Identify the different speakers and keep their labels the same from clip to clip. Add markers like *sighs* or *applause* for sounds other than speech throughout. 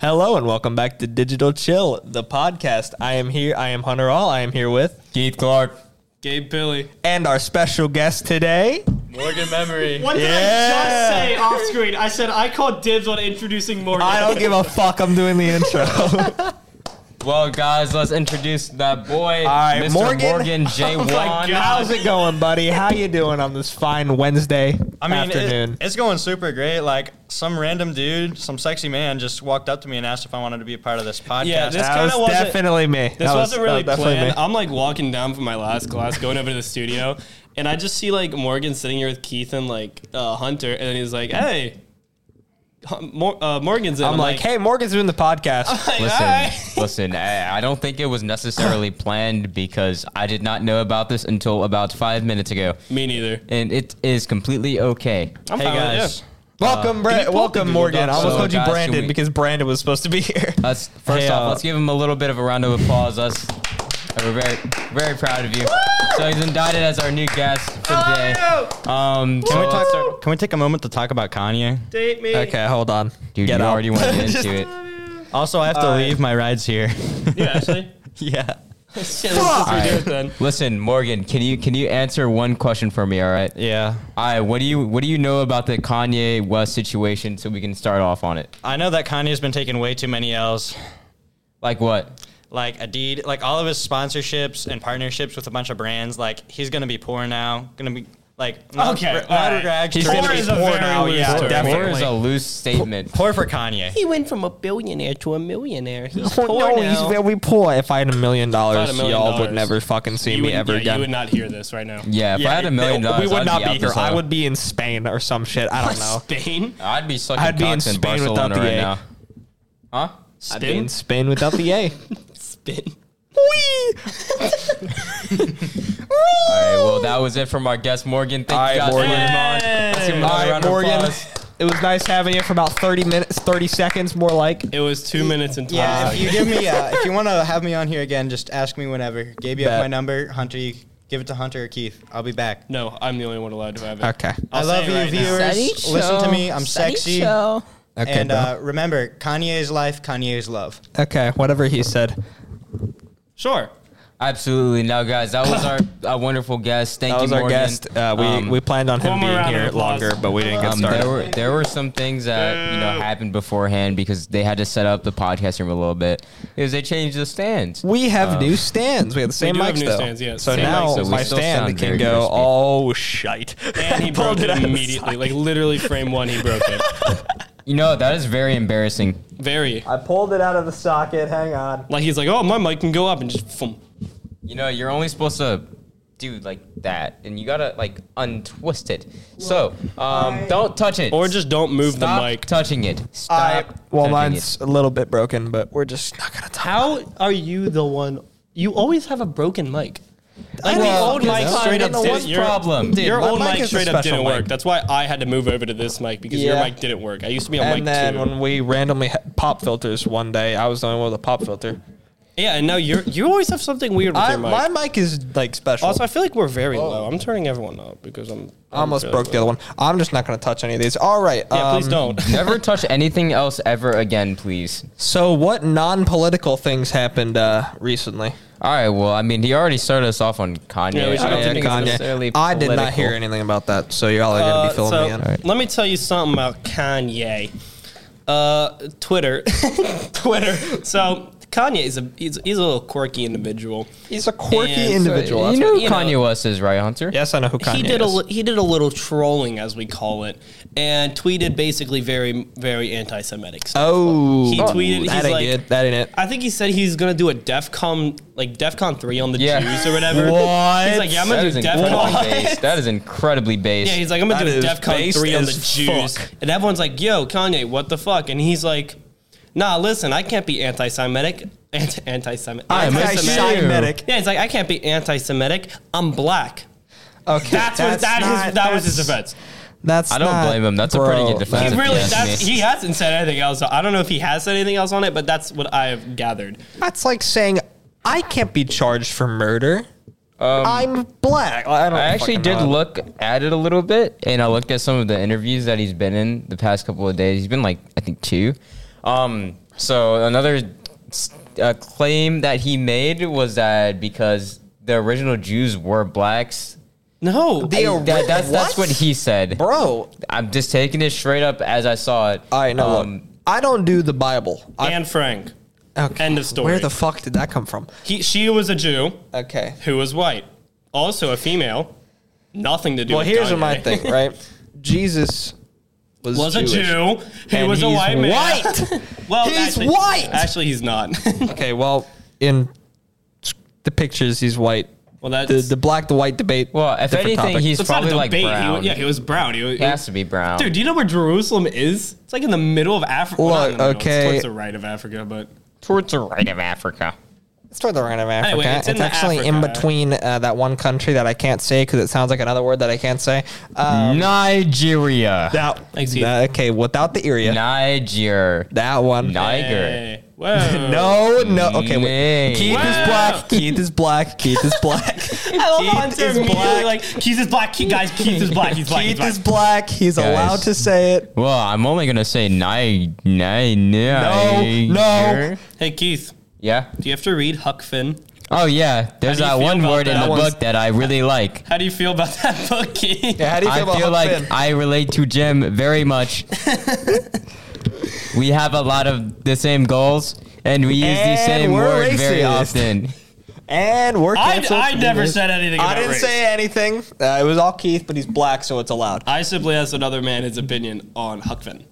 Speaker 1: Hello and welcome back to Digital Chill, the podcast. I am here. I am Hunter All. I am here with
Speaker 2: Keith Clark.
Speaker 3: Gabe Billy.
Speaker 1: and our special guest today.
Speaker 2: Morgan
Speaker 4: *laughs*
Speaker 2: Memory.
Speaker 3: What did
Speaker 1: Yeah.
Speaker 3: I just say off screen? I said I called dibs on introducing Morgan.
Speaker 1: I don't give a fuck. I'm doing the
Speaker 3: *laughs*
Speaker 1: intro.
Speaker 2: Well, guys, let's introduce that boy,
Speaker 1: right,
Speaker 2: Mr.
Speaker 1: Morgan.
Speaker 2: Morgan, J. Wan.
Speaker 3: my God.
Speaker 1: How's it going, buddy? How you doing on this fine Wednesday
Speaker 4: I mean, it-
Speaker 1: afternoon?
Speaker 4: it's going super great. Like some random dude, some sexy man, just walked up to me and asked if I wanted to be a part of this podcast.
Speaker 3: Yeah, this
Speaker 1: that
Speaker 3: kinda
Speaker 1: was
Speaker 3: wasn't-
Speaker 1: definitely me.
Speaker 3: This
Speaker 1: That was-
Speaker 3: wasn't really
Speaker 1: that was definitely
Speaker 3: planned.
Speaker 1: me.
Speaker 3: I'm like walking down from my last class, going over to the studio, and I just see like Morgan sitting here with Keith and like uh, Hunter, and then he's like, "Hey, Hun- Mor- uh, Morgan's in."
Speaker 1: I'm like, hey, Morgan's doing the podcast.
Speaker 3: like,
Speaker 2: Listen,
Speaker 3: "All right."
Speaker 2: listen. eh, I I don't think it was necessarily planned because I did not know about this until about five minutes ago,
Speaker 3: Me neither.
Speaker 2: and it is completely okay.
Speaker 3: I'm
Speaker 4: hey
Speaker 3: fine with
Speaker 4: guys,
Speaker 3: it.
Speaker 1: welcome, Brett.
Speaker 3: you pull up the
Speaker 1: Welcome,
Speaker 3: Google Oh,
Speaker 1: Morgan.
Speaker 3: Doc?
Speaker 1: I almost
Speaker 2: So,
Speaker 1: called you
Speaker 2: guys, can
Speaker 1: Brandon
Speaker 2: we-
Speaker 1: because Brandon was supposed to be here.
Speaker 2: Let's first
Speaker 1: Hey,
Speaker 2: off,
Speaker 1: uh,
Speaker 2: let's give him a little bit of a round of applause. Us, And we're very, very proud of you. So he's indicted as our new guest for the day. Um,
Speaker 4: can we
Speaker 2: so-
Speaker 4: talk? Can we take a moment to talk about Kanye?
Speaker 3: Date me.
Speaker 1: Okay, hold on.
Speaker 2: Dude,
Speaker 1: Get
Speaker 2: you
Speaker 1: out. *laughs*
Speaker 2: already went
Speaker 1: Just-
Speaker 2: into it.
Speaker 4: Also, I have to
Speaker 1: Uh,
Speaker 4: leave. My
Speaker 1: *laughs*
Speaker 4: ride's here.
Speaker 3: Yeah, actually.
Speaker 4: yeah.
Speaker 3: Shit, let's just
Speaker 2: Fuck.
Speaker 3: redo it then.
Speaker 2: Listen, Morgan, can you can you answer one question for me? All right.
Speaker 4: Yeah.
Speaker 2: All right. What do you what do you know about the Kanye West situation? So we can start off on it.
Speaker 4: I know that Kanye's been taking way too many L's.
Speaker 2: Like what?
Speaker 4: Like Adidas, like all of his sponsorships and partnerships with a bunch of brands. Like he's gonna be poor now. Gonna be like not,
Speaker 3: Okay,
Speaker 4: re-
Speaker 3: all
Speaker 4: not
Speaker 3: right.
Speaker 4: rags
Speaker 1: He's
Speaker 4: to
Speaker 1: gonna
Speaker 4: riches.
Speaker 1: be poor now,
Speaker 3: loose
Speaker 1: yeah,
Speaker 3: term.
Speaker 1: definitely.
Speaker 2: Poor is a loose statement.
Speaker 4: Poor for Kanye.
Speaker 5: He went from a billionaire to a millionaire. He's
Speaker 1: Well,
Speaker 5: poor
Speaker 1: Oh, no,
Speaker 5: now.
Speaker 1: he's very poor. If I had a million
Speaker 3: If I
Speaker 1: dollars,
Speaker 3: had a million
Speaker 1: y'all would
Speaker 3: dollars,
Speaker 1: never fucking see
Speaker 3: You
Speaker 1: me
Speaker 3: would,
Speaker 1: ever
Speaker 3: yeah,
Speaker 1: again.
Speaker 3: you would not hear this right now.
Speaker 2: Yeah. If I had a million
Speaker 1: it-
Speaker 2: dollars,
Speaker 1: we would
Speaker 2: I'd
Speaker 1: not
Speaker 2: be, out
Speaker 1: be
Speaker 2: this
Speaker 1: here. I
Speaker 2: hole.
Speaker 1: would be in Spain or some shit. I *laughs* don't know.
Speaker 3: Spain.
Speaker 2: I'd be sucking
Speaker 1: I'd be in
Speaker 2: cocks in,
Speaker 1: Spain without
Speaker 2: Barcelona
Speaker 1: the
Speaker 2: right
Speaker 1: A.
Speaker 2: now. Huh?
Speaker 1: I'd be in Spain without the A.
Speaker 3: Spin.
Speaker 2: All right. Well, that was it from our guest Morgan. Thank
Speaker 1: All right,
Speaker 2: you guys
Speaker 1: Morgan.
Speaker 2: for coming on. Let's give him
Speaker 1: All
Speaker 2: another
Speaker 1: right,
Speaker 2: round of
Speaker 1: Morgan.
Speaker 2: applause.
Speaker 1: It was nice having you for about 30 minutes, 30 seconds more like.
Speaker 3: It was two minutes and twenty.
Speaker 6: *laughs* Yeah,
Speaker 3: seconds.
Speaker 6: if you give me,
Speaker 1: *laughs*
Speaker 6: uh, if you want to have me on here again, just ask me whenever. Gabe, you have
Speaker 1: Bet.
Speaker 6: my number. Hunter, you give it to Hunter or Keith. I'll be back.
Speaker 3: No, I'm the only one allowed to have it.
Speaker 1: Okay.
Speaker 3: I'll
Speaker 6: i
Speaker 3: say
Speaker 6: love
Speaker 3: it
Speaker 6: you,
Speaker 3: right now.
Speaker 6: viewers. Listen to me. I'm sexy.
Speaker 1: Okay.
Speaker 6: and
Speaker 1: bro.
Speaker 6: uh, remember, Kanye's life, Kanye's love.
Speaker 1: okay, whatever he said. *laughs*
Speaker 3: Sure.
Speaker 2: Absolutely. Now, guys, that
Speaker 1: *coughs*
Speaker 2: was our, our wonderful guest. Thank
Speaker 1: That
Speaker 2: you,
Speaker 1: was our
Speaker 2: Morgan.
Speaker 1: guest. Uh, we,
Speaker 2: Um,
Speaker 1: we planned on him
Speaker 3: one more
Speaker 1: being
Speaker 3: round of
Speaker 1: here
Speaker 3: applause.
Speaker 1: longer, but we didn't get
Speaker 2: um,
Speaker 1: started.
Speaker 2: there were there were some things that you know happened beforehand because they had to set up the podcast room a little bit. Is they changed the stands?
Speaker 1: We have new stands. We have the same
Speaker 3: do have
Speaker 1: mics
Speaker 3: new
Speaker 1: though.
Speaker 3: stands, yeah.
Speaker 1: So
Speaker 3: Same
Speaker 1: now
Speaker 3: mics, so
Speaker 2: we
Speaker 1: my
Speaker 2: Uh, still
Speaker 1: stand
Speaker 2: sound
Speaker 1: can
Speaker 2: very
Speaker 1: go
Speaker 2: crispy.
Speaker 1: oh shite. *laughs*
Speaker 3: And he broke it
Speaker 1: out of the
Speaker 3: immediately.
Speaker 1: socket.
Speaker 3: Like literally frame one, he broke it.
Speaker 2: You know that is very embarrassing.
Speaker 3: Very.
Speaker 1: I pulled it out of the socket. Hang on.
Speaker 3: Like he's like, oh, my mic can go up and just boom.
Speaker 2: You know you're only supposed to do like that, and you gotta like untwist it. So um, don't touch it
Speaker 3: Or just don't move
Speaker 2: stop
Speaker 3: the mic.
Speaker 2: touching it. Stop.
Speaker 1: I, well,
Speaker 2: touching
Speaker 1: mine's
Speaker 2: it.
Speaker 1: a little bit broken, but we're just not gonna talk.
Speaker 5: How are you the one? You always have a broken mic.
Speaker 3: Like the old mic
Speaker 2: I
Speaker 3: straight
Speaker 2: don't
Speaker 3: up
Speaker 2: know what's
Speaker 3: didn't. Your,
Speaker 2: problem. Dude,
Speaker 3: your
Speaker 1: my
Speaker 3: old
Speaker 1: mic
Speaker 3: mic
Speaker 1: is a
Speaker 3: straight up
Speaker 1: special
Speaker 3: didn't
Speaker 1: mic.
Speaker 3: work. That's why I had to move over to this mic because
Speaker 1: Yeah.
Speaker 3: your mic didn't work. I used to be on
Speaker 1: And
Speaker 3: mic
Speaker 1: then
Speaker 3: two.
Speaker 1: when we randomly had pop filters one day, I was the only one with a pop filter.
Speaker 3: yeah, and now you're you always have something weird with
Speaker 1: I,
Speaker 3: your mic.
Speaker 1: my mic is like special.
Speaker 3: also, I feel like we're very low. I'm turning everyone up because I'm.
Speaker 1: I almost broke the other one. I'm just not gonna touch any of these. All right.
Speaker 3: Yeah, please
Speaker 1: um,
Speaker 3: don't.
Speaker 1: *laughs*
Speaker 2: Never touch anything else ever again, please.
Speaker 1: So, what non-political things happened uh, recently?
Speaker 2: All right. Well, I mean, he already started us off on Kanye.
Speaker 3: Yeah, we should
Speaker 2: I don't
Speaker 3: continue
Speaker 2: think it's
Speaker 3: Kanye.
Speaker 2: necessarily
Speaker 1: I did not hear
Speaker 2: political.
Speaker 1: anything about that, so y'all are gonna be filling
Speaker 3: Uh, so
Speaker 1: me in.
Speaker 3: let me tell you something about Kanye. Uh, Twitter, *laughs* Twitter. So Kanye is a he's, he's a little quirky individual.
Speaker 1: He's a quirky
Speaker 3: And so-
Speaker 1: individual.
Speaker 2: You
Speaker 1: that's
Speaker 2: know
Speaker 1: what-
Speaker 2: who
Speaker 3: you know.
Speaker 2: Kanye West is, right, Hunter?
Speaker 1: yes, I know who Kanye
Speaker 3: he did a
Speaker 1: is.
Speaker 3: li- he did a little trolling, as we call it, and tweeted basically very very anti-Semitic. stuff.
Speaker 1: oh,
Speaker 3: He tweeted,
Speaker 1: That
Speaker 3: he's
Speaker 1: ain't
Speaker 3: like-
Speaker 1: it. That ain't it.
Speaker 3: I think he said he's gonna do a DefCon like DefCon three on the
Speaker 2: Yeah.
Speaker 3: Jews or whatever.
Speaker 2: What?
Speaker 3: He's like, yeah, I'm gonna do DefCon.
Speaker 2: incredibly base. That is incredibly base.
Speaker 3: *laughs* Yeah, he's like, I'm gonna
Speaker 1: That
Speaker 3: do a
Speaker 1: is
Speaker 3: DefCon
Speaker 1: based
Speaker 3: three on the
Speaker 1: as
Speaker 3: Jews,
Speaker 1: fuck.
Speaker 3: and everyone's like, "Yo, Kanye, what the fuck?" And he's like, "Nah, listen, I can't be anti-Semitic, anti- anti-Semitic.
Speaker 2: I'm
Speaker 3: anti-Semitic."
Speaker 1: Anti-Semitic.
Speaker 3: Yeah, he's like, I can't be anti-Semitic. I'm black.
Speaker 1: Okay,
Speaker 3: That's, what that
Speaker 1: not-
Speaker 3: is. That was his
Speaker 1: that's-
Speaker 3: defense.
Speaker 1: That's
Speaker 2: I don't
Speaker 1: not-
Speaker 2: blame him. That's a pretty good defense.
Speaker 3: He
Speaker 2: That's
Speaker 3: really
Speaker 2: yes,
Speaker 3: that's,
Speaker 2: me.
Speaker 3: he hasn't said anything else. I don't know if he has said anything else on it, but that's what I have gathered.
Speaker 1: That's like saying I can't be charged for murder. I'm black. I, don't
Speaker 2: I actually
Speaker 1: fucking
Speaker 2: did
Speaker 1: know.
Speaker 2: look at it a little bit, and I looked at some of the interviews that he's been in the past couple of days. He's been like, I think two. Um, so another s- uh, claim that he made was that because the original Jews were blacks.
Speaker 3: No.
Speaker 1: The ori-
Speaker 2: That, that's that's what
Speaker 1: what?
Speaker 2: he said.
Speaker 1: bro.
Speaker 2: I'm just taking it straight up as I saw it. Um,
Speaker 1: All right, no, look, I don't do the Bible. I,
Speaker 3: Anne Frank.
Speaker 1: okay,
Speaker 3: end of story.
Speaker 1: Where the fuck did that come from?
Speaker 3: He, she was a Jew
Speaker 1: Okay.
Speaker 3: who was white, also a female. Nothing to do.
Speaker 1: Well,
Speaker 3: with
Speaker 1: here's
Speaker 3: Kanye.
Speaker 1: my thing, right? Jesus was,
Speaker 3: *laughs* Was a
Speaker 1: Jewish.
Speaker 3: Jew. He
Speaker 1: And
Speaker 3: was a
Speaker 1: he's
Speaker 3: white man. *laughs*
Speaker 1: White.
Speaker 3: Well,
Speaker 1: He's
Speaker 3: actually-
Speaker 1: white!
Speaker 3: Actually, he's *laughs* not.
Speaker 1: okay, well, in the pictures, he's white.
Speaker 3: well, that's
Speaker 1: The the black the white debate.
Speaker 2: Well, if
Speaker 1: different
Speaker 2: anything,
Speaker 1: topic.
Speaker 2: he's
Speaker 3: That's
Speaker 2: probably
Speaker 3: not a
Speaker 2: like
Speaker 3: debate. He wa-
Speaker 2: brown.
Speaker 3: yeah, he was brown. He, was,
Speaker 2: He has to be brown.
Speaker 3: Dude, do you know where Jerusalem is? It's like in the middle of Africa.
Speaker 1: Look, okay.
Speaker 3: It's towards the right of Africa, but
Speaker 2: towards the right of Africa.
Speaker 1: It's toward the right of Africa.
Speaker 3: Anyway, it's
Speaker 1: it's
Speaker 3: in the
Speaker 1: actually in
Speaker 3: Africa.
Speaker 1: between uh, that one country that I can't say because it sounds like another word that I can't say. Uh,
Speaker 2: Nigeria.
Speaker 1: that,
Speaker 3: Thanks, Heath.
Speaker 1: that- okay, without the area,
Speaker 2: Niger.
Speaker 1: that one.
Speaker 2: Niger.
Speaker 3: hey, whoa.
Speaker 1: *laughs* No, no. Okay,
Speaker 2: Nay.
Speaker 1: wait. Keith
Speaker 3: Wow.
Speaker 1: is black. Keith is black. Keith is black.
Speaker 3: *laughs* I love how
Speaker 1: Keith
Speaker 3: Hunter
Speaker 1: is
Speaker 3: immediately
Speaker 1: black.
Speaker 6: *laughs*
Speaker 3: like Keith is black. Keith, guys, Keith is black. He's
Speaker 4: *laughs*
Speaker 3: black.
Speaker 1: Keith
Speaker 3: he's
Speaker 1: is black. He's allowed to say it.
Speaker 2: Well, I'm only gonna say ni ni ni.
Speaker 1: no.
Speaker 3: Hey, Keith,
Speaker 2: Yeah.
Speaker 3: do you have to read Huck Finn?
Speaker 2: Oh yeah. There's
Speaker 3: How
Speaker 2: that
Speaker 3: do you feel
Speaker 2: one
Speaker 3: about
Speaker 2: word
Speaker 3: that?
Speaker 2: in the
Speaker 3: That
Speaker 1: one's-
Speaker 2: book that I really like.
Speaker 3: How do you feel about that book, Keith?
Speaker 1: Yeah, how do you feel
Speaker 2: I
Speaker 1: about
Speaker 2: feel
Speaker 1: Huck
Speaker 2: like
Speaker 1: Finn?
Speaker 2: I relate to Jim very
Speaker 3: *laughs*
Speaker 2: much. we have a lot of the same goals, and we use the
Speaker 1: And
Speaker 2: same
Speaker 1: we're
Speaker 2: word very
Speaker 1: racist.
Speaker 2: often.
Speaker 1: and we're
Speaker 3: I,
Speaker 1: canceled.
Speaker 3: I never said anything. About
Speaker 1: I didn't
Speaker 3: race.
Speaker 1: say anything. Uh, it was all Keith, but he's black, so it's allowed.
Speaker 3: I simply asked another man his opinion on Huck Finn.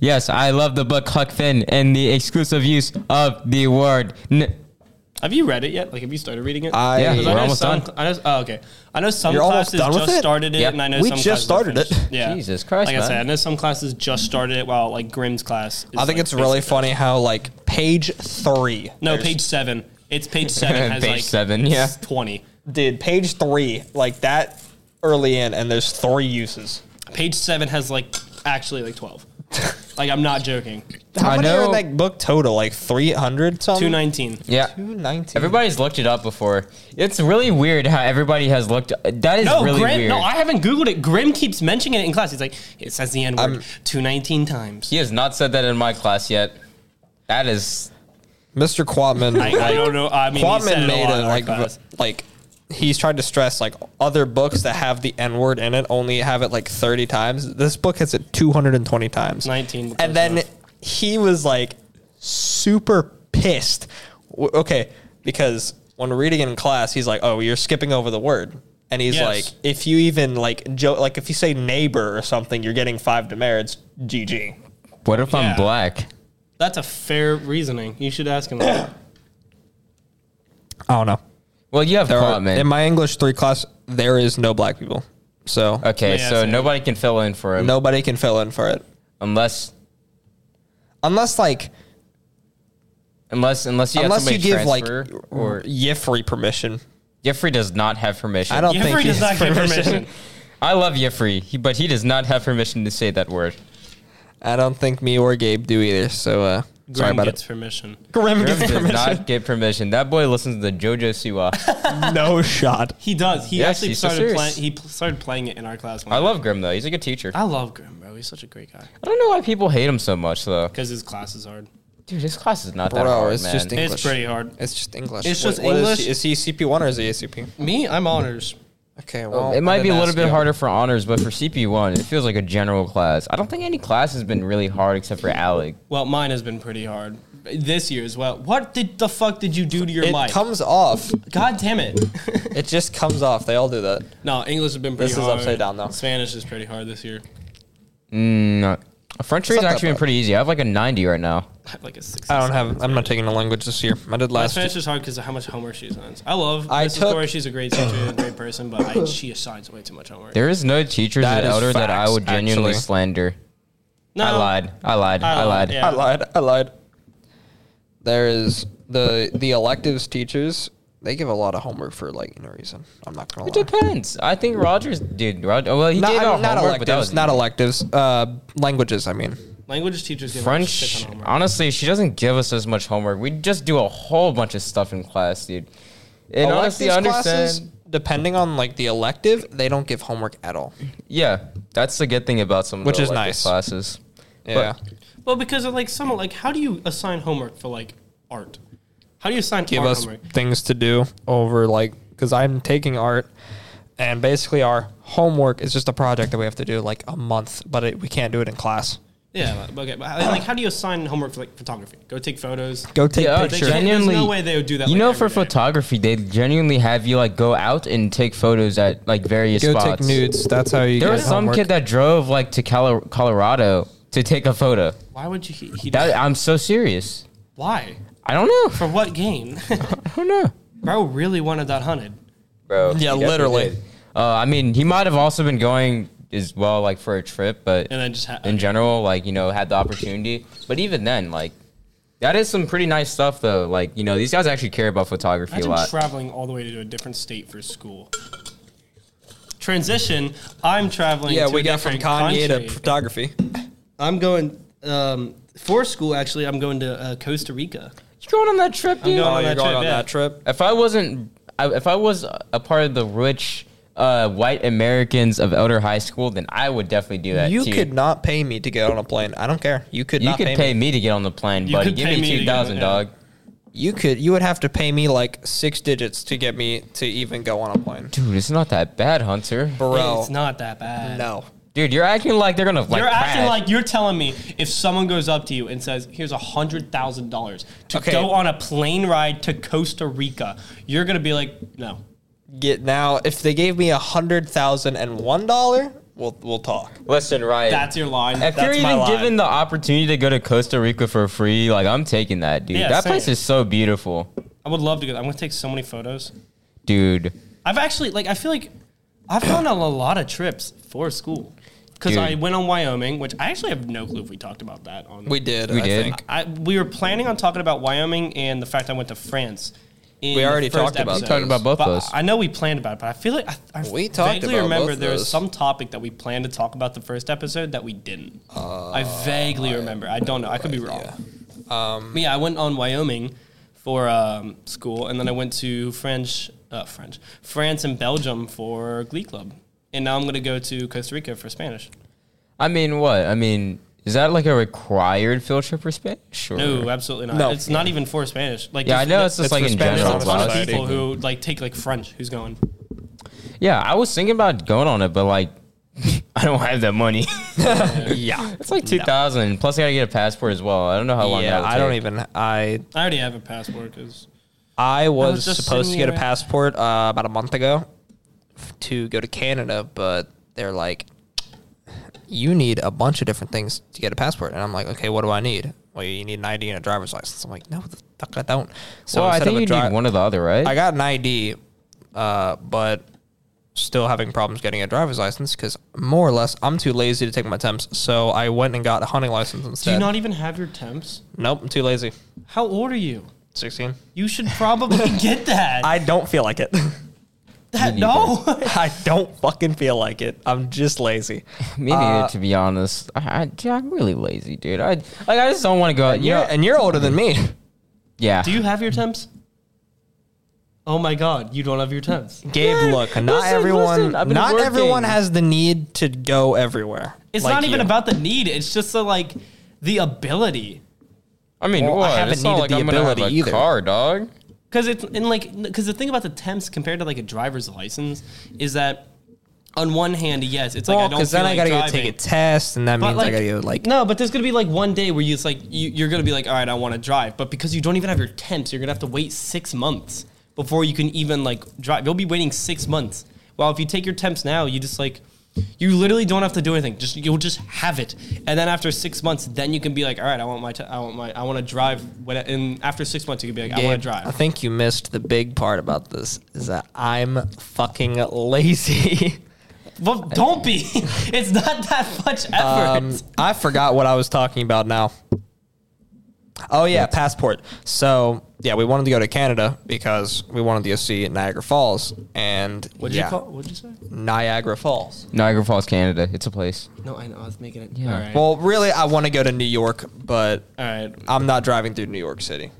Speaker 2: Yes, I love the book Huck Finn and the exclusive use of the word. N-
Speaker 3: Have you read it yet? Like, have you started reading it?
Speaker 1: I- Yeah,
Speaker 3: 'Cause I
Speaker 2: we're
Speaker 3: know
Speaker 2: almost
Speaker 3: some,
Speaker 2: done.
Speaker 3: I know. Oh, okay. I know some
Speaker 1: You're almost
Speaker 3: classes
Speaker 1: done with
Speaker 3: just
Speaker 1: it?
Speaker 3: started it,
Speaker 2: Yeah.
Speaker 3: and I know
Speaker 1: We
Speaker 3: some
Speaker 1: just
Speaker 3: classes
Speaker 1: started it.
Speaker 3: finished. Yeah.
Speaker 2: Jesus Christ,
Speaker 3: Like I said,
Speaker 2: man.
Speaker 3: I know some classes just started it, while like Grimm's class. Is
Speaker 1: I think
Speaker 3: like,
Speaker 1: it's really
Speaker 3: basically-
Speaker 1: funny how like page three.
Speaker 3: No,
Speaker 1: there's-
Speaker 3: page seven. It's page
Speaker 2: *laughs*
Speaker 3: seven. Has
Speaker 2: Page
Speaker 3: like
Speaker 2: seven, yeah.
Speaker 3: twenty.
Speaker 1: dude, page three, like that early in, and there's three uses.
Speaker 3: Page seven has like actually like twelve. like I'm not joking.
Speaker 1: How
Speaker 2: I
Speaker 1: many are in
Speaker 2: know-
Speaker 1: that book total? Like three hundred something.
Speaker 3: Two nineteen.
Speaker 2: Yeah.
Speaker 1: Two nineteen.
Speaker 2: Everybody's looked it up before. It's really weird how everybody has looked. That is
Speaker 3: No,
Speaker 2: really
Speaker 3: Grimm.
Speaker 2: weird.
Speaker 3: No, I haven't googled it. Grimm keeps mentioning it in class. He's like, it says the N word two nineteen times.
Speaker 2: he has not said that in my class yet. That is
Speaker 1: Mr. Quatman.
Speaker 3: *laughs* I, I don't know. I mean, he said
Speaker 1: Quatman
Speaker 3: it a
Speaker 1: made
Speaker 3: lot
Speaker 1: it
Speaker 3: in our
Speaker 1: like
Speaker 3: class.
Speaker 1: v- like he's tried to stress like other books that have the N word in it only have it like thirty times. This book has it two hundred and twenty times.
Speaker 3: 19 was
Speaker 1: And then
Speaker 3: enough.
Speaker 1: he was like super pissed. W- okay, because when reading it in class, he's like, "Oh, you're skipping over the word." And he's
Speaker 3: Yes.
Speaker 1: like, if you even like joke, like if you say neighbor or something, you're getting five demerits. GG.
Speaker 2: What if
Speaker 3: Yeah.
Speaker 2: I'm black?
Speaker 3: That's a fair reasoning. You should ask
Speaker 1: *coughs*
Speaker 3: him. that.
Speaker 1: I don't know.
Speaker 2: Well, you have
Speaker 1: There are,
Speaker 2: caught, man.
Speaker 1: in my English three class, there is no black people, so
Speaker 2: okay,
Speaker 3: Yeah,
Speaker 2: so
Speaker 3: same.
Speaker 2: nobody can fill in for him
Speaker 1: nobody can fill in for it
Speaker 2: unless
Speaker 1: unless like
Speaker 2: unless unless you have
Speaker 1: unless you
Speaker 2: somebody
Speaker 1: give like
Speaker 2: transfer,
Speaker 1: or
Speaker 2: or
Speaker 1: Yifri permission.
Speaker 2: Jeffrey does not have permission.
Speaker 1: I don't think
Speaker 3: Jeffrey
Speaker 1: he
Speaker 3: does not
Speaker 1: has
Speaker 3: get
Speaker 1: permission.
Speaker 3: permission.
Speaker 2: I love Jeffrey, he, but he does not have permission to say that word.
Speaker 1: I don't think me or Gabe do either. So uh, sorry
Speaker 3: Grimm
Speaker 1: about
Speaker 3: gets
Speaker 1: it.
Speaker 3: permission.
Speaker 1: Grim
Speaker 2: Grimm does not get permission. That boy listens to JoJo Siwa.
Speaker 1: no shot.
Speaker 3: He does. He
Speaker 2: Yes,
Speaker 3: actually
Speaker 2: he's so
Speaker 3: started playing.
Speaker 2: serious.
Speaker 3: He pl- started playing it in our class. One
Speaker 2: I
Speaker 3: day.
Speaker 2: love Grimm though; he's a good teacher.
Speaker 3: I love Grimm, bro. He's such a great guy.
Speaker 2: I don't know why people hate him so much though.
Speaker 3: Because his class is hard.
Speaker 2: Dude, his class is not that
Speaker 1: Bro,
Speaker 2: hard,
Speaker 1: it's
Speaker 2: man.
Speaker 1: just English.
Speaker 3: It's pretty hard.
Speaker 1: It's just English.
Speaker 3: It's just
Speaker 1: is
Speaker 3: English?
Speaker 1: he- Is he, CP one or is he ACP?
Speaker 3: Me, I'm honors.
Speaker 1: Okay, well,
Speaker 2: Oh, it
Speaker 1: I
Speaker 2: might be a
Speaker 1: didn't
Speaker 2: little
Speaker 1: ask
Speaker 2: bit
Speaker 1: you.
Speaker 2: harder for honors, but for CP one, it feels like a general class. I don't think any class has been really hard except for Alec.
Speaker 3: Well, mine has been pretty hard this year as well. What did the fuck did you do to your
Speaker 1: It
Speaker 3: mic?
Speaker 1: comes off.
Speaker 3: God
Speaker 1: *laughs*
Speaker 3: damn it!
Speaker 1: It just comes off. They all do that.
Speaker 3: no, English has been pretty
Speaker 1: This is
Speaker 3: hard.
Speaker 1: upside down, though.
Speaker 3: Spanish is pretty hard this year.
Speaker 2: No, French
Speaker 1: It's
Speaker 2: trade's
Speaker 1: not that
Speaker 2: actually been
Speaker 1: bad.
Speaker 2: pretty easy. I have like a ninety right now.
Speaker 3: I have like a six.
Speaker 1: I don't have. I'm not taking a language this year. I did
Speaker 3: My
Speaker 1: last.
Speaker 3: Spanish is hard because of how much homework she assigns. I love
Speaker 1: I
Speaker 3: Mrs.
Speaker 1: took-
Speaker 3: Corey. She's a great teacher, and a great person, but I, she assigns way too much homework.
Speaker 2: There is no teachers
Speaker 1: That
Speaker 2: at
Speaker 1: is
Speaker 2: Elder that I
Speaker 1: facts,
Speaker 2: would genuinely
Speaker 1: actually.
Speaker 2: slander.
Speaker 3: no,
Speaker 2: I lied. I lied. I, lied.
Speaker 1: I lied. I lied. There is the the electives teachers. They give a lot of homework for like no reason. I'm not gonna
Speaker 2: It
Speaker 1: lie.
Speaker 2: depends. I think Rogers did. Rog- oh, well, he
Speaker 1: Not,
Speaker 2: did all
Speaker 1: I mean, not
Speaker 2: homework, but that
Speaker 1: electives.
Speaker 2: was
Speaker 1: Not electives. Uh, languages. I mean,
Speaker 3: Language teachers give a shit
Speaker 2: French.
Speaker 3: ton of homework.
Speaker 2: Honestly, she doesn't give us as much homework. We just do a whole bunch of stuff in class, dude. And honestly, I understand.
Speaker 1: depending on like the elective, they don't give homework at all.
Speaker 2: Yeah, that's the good thing about some of
Speaker 1: Which
Speaker 2: the
Speaker 1: is
Speaker 2: elective
Speaker 1: nice.
Speaker 2: classes.
Speaker 1: Yeah.
Speaker 2: But
Speaker 3: Well, because of, like someone like how do you assign homework for like art? How do you assign
Speaker 1: give
Speaker 3: art
Speaker 1: us
Speaker 3: homework?
Speaker 1: things to do over like because I'm taking art, and basically our homework is just a project that we have to do like a month, but it, we can't do it in class.
Speaker 3: Yeah, but- okay. But like, how do you assign homework for like photography? Go take photos.
Speaker 1: Go take
Speaker 2: Yeah,
Speaker 3: They
Speaker 1: pictures.
Speaker 3: can't- there's
Speaker 2: Genuinely-
Speaker 3: no way they would do that.
Speaker 2: You
Speaker 3: like,
Speaker 2: know, for
Speaker 3: every day.
Speaker 2: photography, they genuinely have you like go out and take photos at like various
Speaker 1: Go take
Speaker 2: spots.
Speaker 1: nudes. That's how you.
Speaker 2: There
Speaker 1: get
Speaker 2: was some
Speaker 1: homework.
Speaker 2: kid that drove like to Colo- Colorado to take a photo.
Speaker 3: why would you? He, he
Speaker 2: That I'm so serious.
Speaker 3: why
Speaker 2: I don't know.
Speaker 3: for what gain?
Speaker 2: *laughs* I don't know,
Speaker 3: Bro really wanted that hunted.
Speaker 2: bro.
Speaker 1: Yeah, literally.
Speaker 2: Uh, I mean, he might have also been going as well, like for a trip, but
Speaker 3: And then just ha-
Speaker 2: in general, like you know, had the opportunity. But even then, like that is some pretty nice stuff, though. Like you know, these guys actually care about photography a
Speaker 3: Imagine
Speaker 2: lot.
Speaker 3: traveling all the way to a different state for school. Transition. I'm traveling.
Speaker 1: Yeah,
Speaker 3: to
Speaker 1: we
Speaker 3: a
Speaker 1: got from
Speaker 3: different
Speaker 1: Kanye
Speaker 3: country.
Speaker 1: to photography.
Speaker 3: I'm going um, for school. Actually, I'm going to uh, Costa Rica.
Speaker 2: you going on that trip, dude?
Speaker 3: going
Speaker 1: Oh,
Speaker 3: on
Speaker 1: you're
Speaker 3: that
Speaker 1: going
Speaker 3: trip,
Speaker 1: on
Speaker 3: yeah.
Speaker 1: that trip.
Speaker 2: if I wasn't, I, if I was a part of the rich uh, white Americans of Elder High School, then I would definitely do that.
Speaker 1: You
Speaker 2: too.
Speaker 1: could not pay me to get on a plane. I don't care. You could
Speaker 2: you
Speaker 1: not
Speaker 2: could
Speaker 1: pay,
Speaker 2: pay
Speaker 1: me.
Speaker 2: me. to get on the plane,
Speaker 3: You
Speaker 2: buddy.
Speaker 3: could
Speaker 2: Give
Speaker 3: pay
Speaker 2: me
Speaker 3: me to
Speaker 2: two
Speaker 3: get on-
Speaker 2: thousand,
Speaker 3: yeah.
Speaker 2: dog.
Speaker 1: You could. You would have to pay me like six digits to get me to even go on a plane,
Speaker 2: Dude, it's not that bad, Hunter.
Speaker 1: bro.
Speaker 3: It's not that bad.
Speaker 1: no.
Speaker 2: Dude, you're acting like they're gonna like.
Speaker 3: you're acting
Speaker 2: crash.
Speaker 3: like you're telling me if someone goes up to you and says, "Here's a hundred thousand dollars to
Speaker 1: Okay.
Speaker 3: go on a plane ride to Costa Rica," you're gonna be like, "No."
Speaker 1: Get now. If they gave me a hundred thousand and one dollar, we'll we'll talk.
Speaker 2: Listen, Ryan.
Speaker 3: That's your line.
Speaker 2: if
Speaker 3: That's
Speaker 2: you're
Speaker 3: my
Speaker 2: even
Speaker 3: line.
Speaker 2: given the opportunity to go to Costa Rica for free, like I'm taking that, dude.
Speaker 3: Yeah,
Speaker 2: that
Speaker 3: same.
Speaker 2: place is so beautiful,
Speaker 3: I would love to go. I'm gonna take so many photos.
Speaker 2: dude.
Speaker 3: I've actually like I feel like I've gone on a lot of trips for school because
Speaker 2: Dude.
Speaker 3: I went on Wyoming, which I actually have no clue if we talked about that on.
Speaker 1: We did.
Speaker 2: We
Speaker 1: I
Speaker 2: did.
Speaker 1: Think.
Speaker 3: I, we were planning on talking about Wyoming and the fact I went to France. in
Speaker 1: We
Speaker 3: the
Speaker 1: already
Speaker 3: first
Speaker 1: talked about
Speaker 3: episode.
Speaker 1: those.
Speaker 2: Talking about both
Speaker 3: But
Speaker 2: those.
Speaker 3: I know we planned about it, but I feel like I, I
Speaker 1: We talked
Speaker 3: vaguely
Speaker 1: about
Speaker 3: remember
Speaker 1: both
Speaker 3: there was
Speaker 1: those.
Speaker 3: some topic that we planned to talk about the first episode that we didn't.
Speaker 1: Uh,
Speaker 3: I vaguely remember. I don't know. I could be wrong.
Speaker 1: Um,
Speaker 3: But yeah, I went on Wyoming for um, school, and then I went to French, uh, French, France and Belgium for Glee Club, and now I'm gonna go to Costa Rica for Spanish.
Speaker 2: I mean, what? I mean, is that like a required field trip for Spain? Sure.
Speaker 3: No, absolutely not.
Speaker 1: No.
Speaker 3: It's not even for Spanish. Like
Speaker 2: Yeah, I
Speaker 3: there's-
Speaker 2: know it's just
Speaker 1: It's
Speaker 2: like
Speaker 1: for
Speaker 2: in
Speaker 1: Spanish
Speaker 2: general.
Speaker 1: on the
Speaker 2: but I
Speaker 3: There's
Speaker 2: was
Speaker 3: a ton of
Speaker 1: society.
Speaker 3: people who like take like French. Who's going?
Speaker 2: Yeah, I was thinking about going on it, but like, *laughs* I don't have that money. *laughs*
Speaker 1: Yeah.
Speaker 2: it's like two thousand. Plus, I gotta get a passport as well. I don't know how long.
Speaker 1: Yeah.
Speaker 2: that'll
Speaker 1: I don't
Speaker 2: take.
Speaker 1: even. I
Speaker 3: I already have a passport. Cause
Speaker 1: I was,
Speaker 3: just
Speaker 1: supposed to
Speaker 3: sitting
Speaker 1: get a
Speaker 3: here-
Speaker 1: passport uh, about a month ago f- to go to Canada, but they're like, you need a bunch of different things to get a passport. And I'm like, okay, what do I need? Well, you need an ID and a driver's license. I'm like, no, the fuck, I don't. So
Speaker 2: well, I
Speaker 1: instead of
Speaker 2: think
Speaker 1: a
Speaker 2: you
Speaker 1: dri-
Speaker 2: need one or the other, right?
Speaker 1: I got an ID, uh, but still having problems getting a driver's license because more or less I'm too lazy to take my temps. So I went and got a hunting license
Speaker 3: do
Speaker 1: instead.
Speaker 3: you not even have your temps?
Speaker 1: nope, I'm too lazy.
Speaker 3: How old are you?
Speaker 1: 16.
Speaker 3: You should probably *laughs* get that.
Speaker 1: I don't feel *laughs* like it.
Speaker 3: that no.
Speaker 1: I don't fucking feel like it. I'm just lazy.
Speaker 2: Me neither,
Speaker 1: uh,
Speaker 2: to be honest. I, I, dude, I'm really lazy, dude. I like, I just don't want to go out. You
Speaker 1: Yeah,
Speaker 2: know,
Speaker 1: and you're older than me.
Speaker 2: yeah.
Speaker 3: *laughs* do you have your temps? Oh my God, you don't have your temps.
Speaker 1: Gabe, look, not
Speaker 2: listen,
Speaker 1: everyone,
Speaker 2: listen, I've been
Speaker 1: not
Speaker 2: working.
Speaker 1: everyone has the need to go everywhere.
Speaker 3: It's
Speaker 1: like
Speaker 3: not even
Speaker 1: you.
Speaker 3: about the need. It's just the like the ability.
Speaker 2: I mean,
Speaker 1: Well, I
Speaker 2: what?
Speaker 1: haven't
Speaker 2: It's not
Speaker 1: needed
Speaker 2: like
Speaker 1: the
Speaker 2: I'm gonna have
Speaker 1: ability
Speaker 2: a
Speaker 1: either.
Speaker 2: car, dog.
Speaker 3: Because it's and like because the thing about the temps compared to like a driver's license is that on one hand, yes, it's like I
Speaker 1: Well,
Speaker 3: don't. Because
Speaker 1: because then I gotta go take a test, and that
Speaker 3: But
Speaker 1: means I gotta go like.
Speaker 3: no, but there's gonna be like one day where you it's like you, you're gonna be like, all right, I want to drive, but because you don't even have your temps, you're gonna have to wait six months before you can even like drive. You'll be waiting six months. Well, if you take your temps now, you just like you literally don't have to do anything. Just you'll just have it, and then after six months, then you can be like, all right, I want my t- I want my I want to drive. When I- and after six months, you can be like, I want
Speaker 1: Gabe,
Speaker 3: to drive.
Speaker 1: I think you missed the big part about this is that I'm fucking lazy. *laughs*
Speaker 3: Well, don't be. *laughs* it's not that much effort.
Speaker 1: Um, I forgot what I was talking about now. Oh yeah, passport. So yeah, we wanted to go to Canada because we wanted to go see Niagara Falls and
Speaker 3: what'd
Speaker 1: yeah,
Speaker 3: you call? What'd you say?
Speaker 1: Niagara Falls.
Speaker 2: Niagara Falls, Canada. It's a place.
Speaker 3: No, I know. I was making it.
Speaker 2: Yeah.
Speaker 3: All right.
Speaker 1: Well, really, I want to go to New York, but
Speaker 3: All right.
Speaker 1: I'm not driving through New York City.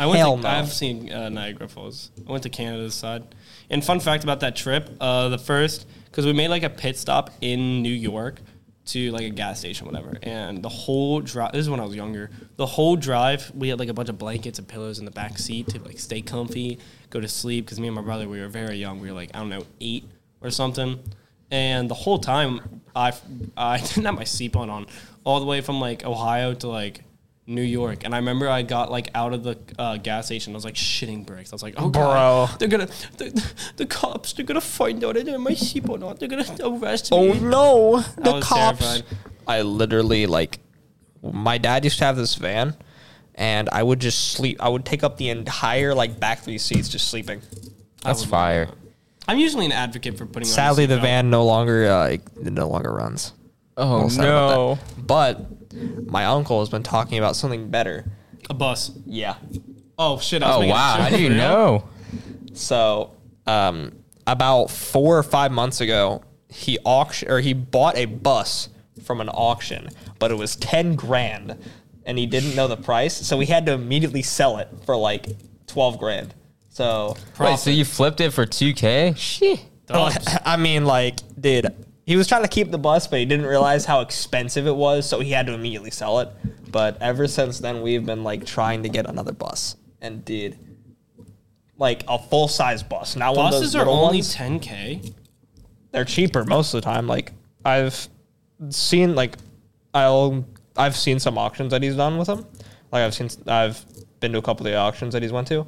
Speaker 3: I went.
Speaker 1: hell
Speaker 3: to,
Speaker 1: no.
Speaker 3: I've seen uh, Niagara Falls. I went to Canada's side. And fun fact about that trip: uh, the first, because we made like a pit stop in New York to like a gas station, whatever. And the whole drive. This is when I was younger. The whole drive, we had like a bunch of blankets and pillows in the back seat to like stay comfy, go to sleep. Because me and my brother, we were very young. We were like I don't know eight or something. And the whole time, I I *laughs* didn't have my seatbelt on all the way from like Ohio to like. New York, and I remember I got like out of the uh, gas station. I was like shitting bricks. I was like, "Oh, God,
Speaker 1: Bro.
Speaker 3: they're gonna, the, the cops, they're gonna find out I didn't have my seatbelt on. They're gonna arrest me."
Speaker 1: Oh no, the
Speaker 3: was
Speaker 1: cops!
Speaker 3: terrified.
Speaker 1: I literally like, my dad used to have this van, and I would just sleep. I would take up the entire like back three seats just sleeping.
Speaker 2: That's fire.
Speaker 3: I'm usually an advocate for putting.
Speaker 1: Sadly,
Speaker 3: on a
Speaker 1: the
Speaker 3: seatbelt.
Speaker 1: van no longer uh, it no longer runs.
Speaker 2: Oh,
Speaker 1: I'm sad about that. But my uncle has been talking about something better.
Speaker 3: a bus.
Speaker 1: Yeah.
Speaker 3: Oh shit! I was
Speaker 2: Oh
Speaker 3: making a
Speaker 2: wow!
Speaker 3: joke.
Speaker 2: How do you know?
Speaker 1: So, um, about four or five months ago, he auction or he bought a bus from an auction, but it was ten grand, and he didn't know the price, so he had to immediately sell it for like twelve grand. So,
Speaker 2: Wait, so you flipped it for two k? Shit.
Speaker 1: *laughs* I mean, like, dude, he was trying to keep the bus, but he didn't realize how expensive it was, so he had to immediately sell it. But ever since then, we've been like trying to get another bus, and dude, like a full size bus. Not one of those
Speaker 3: Buses are
Speaker 1: little
Speaker 3: only
Speaker 1: ones.
Speaker 3: 10k.
Speaker 1: they're cheaper most of the time. Like I've seen like I'll I've seen some auctions that he's done with them. Like I've seen I've been to a couple of the auctions that he's went to.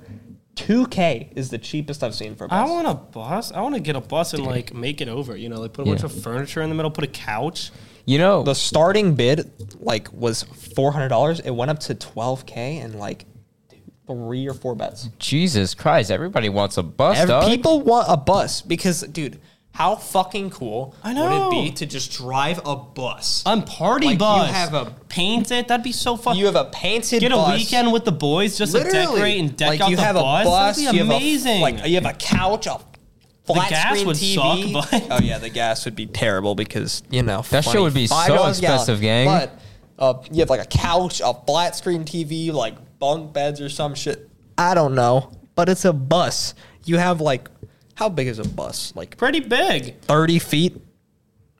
Speaker 1: Two K is the cheapest I've seen for a
Speaker 3: I
Speaker 1: bus.
Speaker 3: want a bus. I want to get a bus and like make it over. You know, like put a bunch of furniture in the middle, put a couch.
Speaker 2: You know,
Speaker 1: the starting bid like was four hundred dollars. It went up to twelve K and like three or four bets.
Speaker 2: Jesus Christ! Everybody wants a bus,
Speaker 1: Ev-
Speaker 2: dog.
Speaker 1: people want a bus because dude, how fucking cool
Speaker 3: I
Speaker 1: would it
Speaker 3: know.
Speaker 1: be to just drive a bus?
Speaker 3: I'm party
Speaker 1: Like, you
Speaker 3: bus.
Speaker 1: have a-
Speaker 3: paint it. That'd be so fun.
Speaker 1: you have a painted
Speaker 3: get
Speaker 1: bus.
Speaker 3: a weekend with the boys just
Speaker 1: Literally,
Speaker 3: to decorate and deck
Speaker 1: like
Speaker 3: out
Speaker 1: you
Speaker 3: the
Speaker 1: have
Speaker 3: bus.
Speaker 1: a bus,
Speaker 3: That'd be
Speaker 1: you
Speaker 3: amazing.
Speaker 1: Have a, like you have a couch, a flat
Speaker 3: gas
Speaker 1: screen
Speaker 3: would
Speaker 1: TV.
Speaker 3: suck, *laughs* but-
Speaker 1: oh yeah, the gas would be terrible because you know
Speaker 2: That shit would be so
Speaker 1: $25 a gallon.
Speaker 2: expensive, gang.
Speaker 1: But uh, you have like a couch, a flat screen TV, like bunk beds or some shit. I don't know, but it's a bus. You have like how big is a bus? Like
Speaker 3: Pretty big.
Speaker 1: thirty feet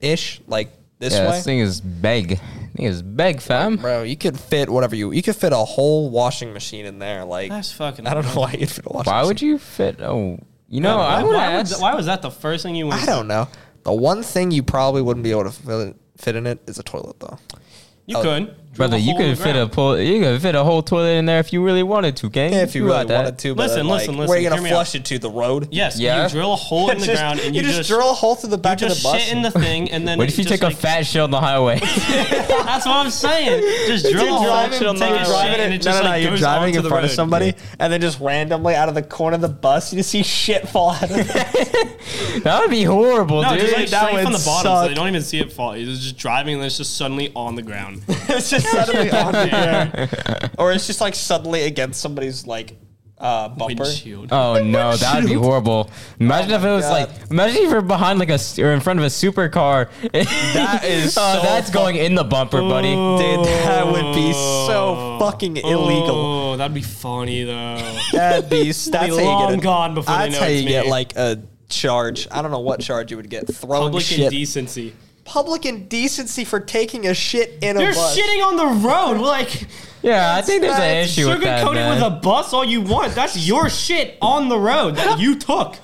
Speaker 1: ish, like this
Speaker 2: yeah,
Speaker 1: way.
Speaker 2: this thing is big. Thing is big, fam.
Speaker 1: Bro, you could fit whatever you you could fit a whole washing machine in there. Like
Speaker 3: That's fucking
Speaker 1: I don't know why you'd fit a washing.
Speaker 2: Why
Speaker 1: machine.
Speaker 2: would you fit? Oh, you know, I,
Speaker 3: Why,
Speaker 2: would
Speaker 3: why
Speaker 2: ask.
Speaker 3: was, why was that the first thing you went?
Speaker 1: I don't know. The one thing you probably wouldn't be able to fit, fit in it is a toilet, though.
Speaker 3: You
Speaker 1: Oh.
Speaker 3: could.
Speaker 2: Brother, you could fit a pull, you could fit a whole toilet in there if you really wanted to, gang.
Speaker 1: If you really
Speaker 2: got that.
Speaker 1: wanted to, but
Speaker 3: Listen,
Speaker 1: then, like,
Speaker 3: listen,
Speaker 1: Where
Speaker 3: listen,
Speaker 1: you
Speaker 3: hear
Speaker 1: gonna
Speaker 3: me
Speaker 1: flush it to the road?
Speaker 3: Yes,
Speaker 2: Yeah.
Speaker 3: you drill a hole
Speaker 1: *laughs*
Speaker 3: in the
Speaker 1: Just-
Speaker 3: ground and
Speaker 1: you,
Speaker 3: you,
Speaker 1: just, drill a hole through the
Speaker 3: you
Speaker 1: back of
Speaker 3: just
Speaker 1: the bus.
Speaker 3: shit in the thing and then.
Speaker 2: What if you
Speaker 3: just,
Speaker 2: take a
Speaker 3: like-
Speaker 2: fat shit on the highway? *laughs*
Speaker 3: That's what I'm saying. Just drill a hole,
Speaker 1: driving,
Speaker 3: take a shit, and it
Speaker 1: no,
Speaker 3: just
Speaker 1: no, no,
Speaker 3: like
Speaker 1: you're
Speaker 3: goes
Speaker 1: driving
Speaker 3: onto
Speaker 1: in
Speaker 3: the
Speaker 1: front of
Speaker 3: road.
Speaker 1: somebody, and then just randomly out of the corner of the bus, you just see shit fall
Speaker 3: *laughs*
Speaker 1: out of it.
Speaker 2: that would be horrible,
Speaker 3: No,
Speaker 2: dude.
Speaker 3: just like
Speaker 1: that
Speaker 3: straight from
Speaker 1: would
Speaker 3: the bottom, so
Speaker 1: suck. *laughs*
Speaker 3: they don't even see it fall. You're just driving, and it's just suddenly on the ground.
Speaker 1: it's just suddenly on
Speaker 3: *laughs*
Speaker 1: the air. Or it's just, like, suddenly against somebody's, like, uh, bumper.
Speaker 3: Windshield.
Speaker 1: *laughs*
Speaker 2: Oh no, that'd be horrible. Imagine if it was
Speaker 1: Oh God.
Speaker 2: like, imagine if you're behind like a s- or in front of a supercar. *laughs* That
Speaker 1: is
Speaker 2: oh,
Speaker 1: so
Speaker 2: that's going in the bumper, buddy.
Speaker 1: Dude, that would be so fucking illegal.
Speaker 3: Oh, that'd be
Speaker 1: *laughs*
Speaker 3: funny though.
Speaker 1: That'd be that's how you
Speaker 3: long
Speaker 1: get a,
Speaker 3: gone before they
Speaker 1: That's
Speaker 3: know
Speaker 1: how
Speaker 3: it's
Speaker 1: you get
Speaker 3: me.
Speaker 1: like a charge. I don't know what charge you would get. Throwing
Speaker 3: Public
Speaker 1: shit.
Speaker 3: indecency.
Speaker 1: public indecency for taking a shit in a
Speaker 3: You're
Speaker 1: bus.
Speaker 3: shitting on the road. Like
Speaker 2: Yeah, I think there's an
Speaker 1: that's
Speaker 2: issue with that.
Speaker 3: sugarcoat it with
Speaker 2: man.
Speaker 3: a bus all you want. That's your shit on the road that you took.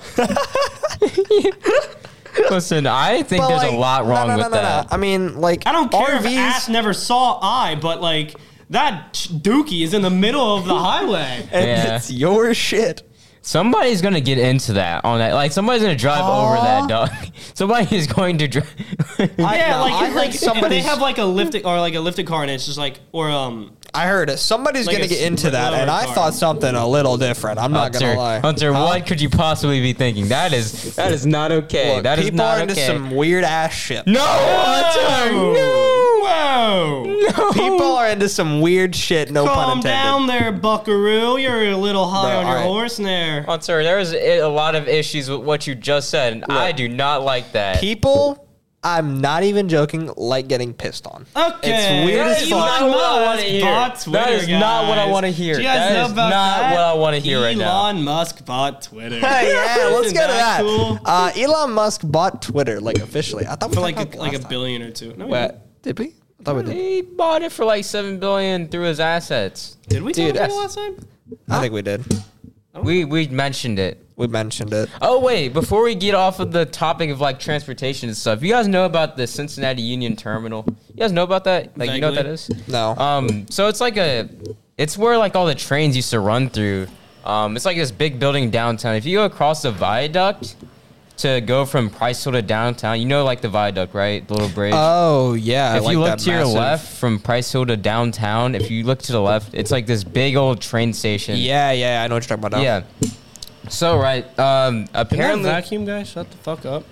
Speaker 2: *laughs* Listen, I think
Speaker 1: But,
Speaker 2: there's
Speaker 1: like,
Speaker 2: a lot
Speaker 1: no,
Speaker 2: wrong
Speaker 1: no, no,
Speaker 2: with
Speaker 1: no, no.
Speaker 2: that.
Speaker 1: I mean, like
Speaker 3: I don't care if
Speaker 1: RVs.
Speaker 3: ass never saw eye, but like that ch- dookie is in the middle of the highway.
Speaker 1: and
Speaker 2: Yeah.
Speaker 1: It's your shit.
Speaker 2: Somebody's gonna get into that on that. Like somebody's gonna drive over that dog. *laughs* Somebody is
Speaker 1: *laughs*
Speaker 2: going to drive.
Speaker 3: yeah,
Speaker 1: no,
Speaker 3: like,
Speaker 1: I
Speaker 3: if,
Speaker 1: heard
Speaker 3: like if they
Speaker 1: somebody's-
Speaker 3: have like a lifted or like a lifted car and it's just like or um
Speaker 1: I heard it. Somebody's
Speaker 3: Like
Speaker 1: gonna
Speaker 3: a
Speaker 1: get into that,
Speaker 3: lower
Speaker 1: and I
Speaker 3: car.
Speaker 1: thought something a little different. I'm not
Speaker 2: Hunter,
Speaker 1: gonna lie.
Speaker 2: Hunter, what could you possibly be thinking? That is that is not okay.
Speaker 1: Look,
Speaker 2: that is
Speaker 1: people
Speaker 2: not
Speaker 1: are into
Speaker 2: okay.
Speaker 1: some weird ass shit.
Speaker 2: no, Hunter,
Speaker 3: Whoa!
Speaker 2: no.
Speaker 1: People are into some weird shit. No pun
Speaker 3: Calm
Speaker 1: intended.
Speaker 3: down there, buckaroo. You're a little high
Speaker 1: Bro,
Speaker 3: on your
Speaker 1: alright.
Speaker 3: horse there.
Speaker 2: Well, sir, there's a a lot of issues with what you just said, and I do not like that.
Speaker 1: People, I'm not even joking. Like getting pissed on.
Speaker 3: Okay.
Speaker 1: It's weird
Speaker 3: *laughs*
Speaker 1: as
Speaker 2: That is
Speaker 1: fuck.
Speaker 2: not what I wanna hear.
Speaker 3: Bought Twitter,
Speaker 2: That is not what I
Speaker 3: guys.
Speaker 2: wanna hear.
Speaker 3: Do you guys
Speaker 2: That
Speaker 3: know
Speaker 2: is
Speaker 3: about
Speaker 2: not
Speaker 3: that?
Speaker 2: what I wanna hear right now.
Speaker 3: Elon Musk bought Twitter.
Speaker 1: Hey, yeah, let's
Speaker 3: *laughs* Isn't
Speaker 1: go to that.
Speaker 3: cool?
Speaker 1: Uh, Elon Musk bought Twitter like officially. I thought we
Speaker 3: For
Speaker 1: were
Speaker 3: like
Speaker 1: talking
Speaker 3: a, like a
Speaker 1: last time.
Speaker 3: billion or two. No, we
Speaker 1: Wait,
Speaker 3: didn't.
Speaker 1: Did we? I thought we did.
Speaker 2: He bought it for like seven billion through his assets.
Speaker 3: Did we
Speaker 1: Dude,
Speaker 3: talk about it
Speaker 1: that's-
Speaker 3: last time?
Speaker 1: I think we did.
Speaker 2: We we mentioned it.
Speaker 1: We mentioned it.
Speaker 2: Oh wait, before we get off of the topic of like transportation and stuff, you guys know about the Cincinnati Union Terminal? You guys know about that? Like you know what that is?
Speaker 3: Vaguely.
Speaker 1: No. Uh,
Speaker 2: Um, so it's like a, it's where like all the trains used to run through. Um, it's like this big building downtown. If you go across the viaduct to go from Priceville to downtown, you know like the viaduct, right? The little bridge.
Speaker 1: oh yeah. I
Speaker 2: if you
Speaker 1: like
Speaker 2: look
Speaker 1: that
Speaker 2: to your
Speaker 1: massive-
Speaker 2: left from Price Hill to downtown, if you look to the left, it's like this big old train station.
Speaker 1: Yeah, yeah. I know what you're talking about. Now.
Speaker 2: Yeah. So right, um,
Speaker 3: Apparently,
Speaker 2: apparently
Speaker 3: vacuum guy, shut the fuck up.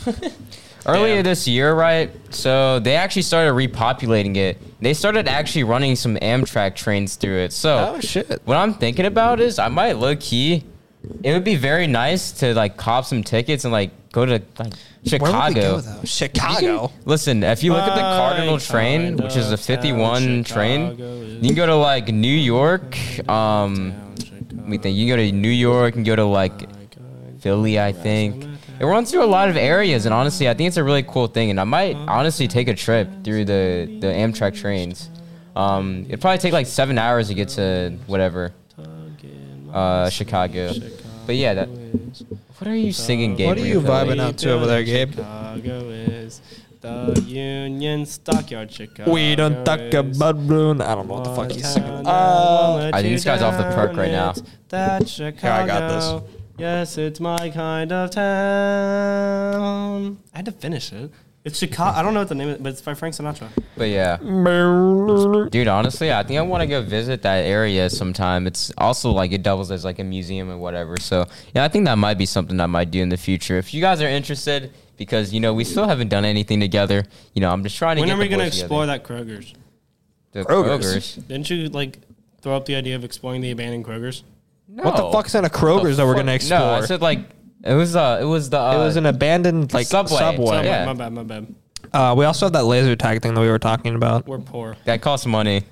Speaker 2: *laughs* earlier
Speaker 3: Damn.
Speaker 2: this year, right? So they actually started repopulating it. They started actually running some Amtrak trains through it. So
Speaker 1: Oh shit.
Speaker 2: what I'm thinking about is I might low key. It would be very nice to like cop some tickets and like go to like Chicago.
Speaker 1: Where would we go though? Chicago.
Speaker 2: Listen, if you look at the
Speaker 3: My
Speaker 2: Cardinal train,
Speaker 3: kind
Speaker 2: which is a
Speaker 3: of
Speaker 2: 51
Speaker 3: town,
Speaker 2: train,
Speaker 3: Chicago is-
Speaker 2: you can go to like New York. Um, let me think. You can go to New York and go to like Philly, I think. It runs through a lot of areas, and honestly, I think it's a really cool thing. And I might honestly take a trip through the the Amtrak trains. Um, it'd probably take like seven hours to get to whatever uh, Chicago. But yeah, that. What are you singing, Gabriel?
Speaker 1: What are you vibing out to over there, Gabe?
Speaker 3: Chicago is the Union Stockyard,
Speaker 1: *laughs*
Speaker 3: Chicago.
Speaker 1: We don't talk
Speaker 3: is
Speaker 1: about balloon. I don't know what the fuck
Speaker 3: one
Speaker 1: he's
Speaker 3: town
Speaker 1: singing.
Speaker 3: that won't
Speaker 1: Uh,
Speaker 3: let
Speaker 2: I think
Speaker 3: you
Speaker 2: this guy's off the perk right now.
Speaker 3: down. It's That Chicago.
Speaker 1: I got this.
Speaker 3: Yes, it's my kind of town. I had to finish it. It's Chicago. I don't know what the name is, but it's by Frank Sinatra.
Speaker 2: But yeah. Dude, honestly, I think I want to go visit that area sometime. It's also like it doubles as like a museum or whatever. So yeah, I think that might be something I might do in the future. If you guys are interested, because you know we still haven't done anything together. You know, I'm just trying to.
Speaker 3: When
Speaker 2: get
Speaker 3: are
Speaker 2: the
Speaker 3: we gonna
Speaker 2: boys
Speaker 3: explore that Kroger's?
Speaker 2: together. The
Speaker 1: Kroger's?
Speaker 2: Kroger's?
Speaker 3: Didn't you like throw up the idea of exploring the abandoned Kroger's?
Speaker 2: No.
Speaker 1: What the fuck's in a Kroger's that we're gonna explore?
Speaker 2: No, I said like it was uh it was the uh,
Speaker 1: it was an abandoned like
Speaker 2: Subway.
Speaker 1: subway.
Speaker 2: Subway. Oh, Yeah.
Speaker 3: Oh, My bad, my bad.
Speaker 1: Uh, we also have that laser tag thing that we were talking about.
Speaker 3: We're poor.
Speaker 2: that costs money.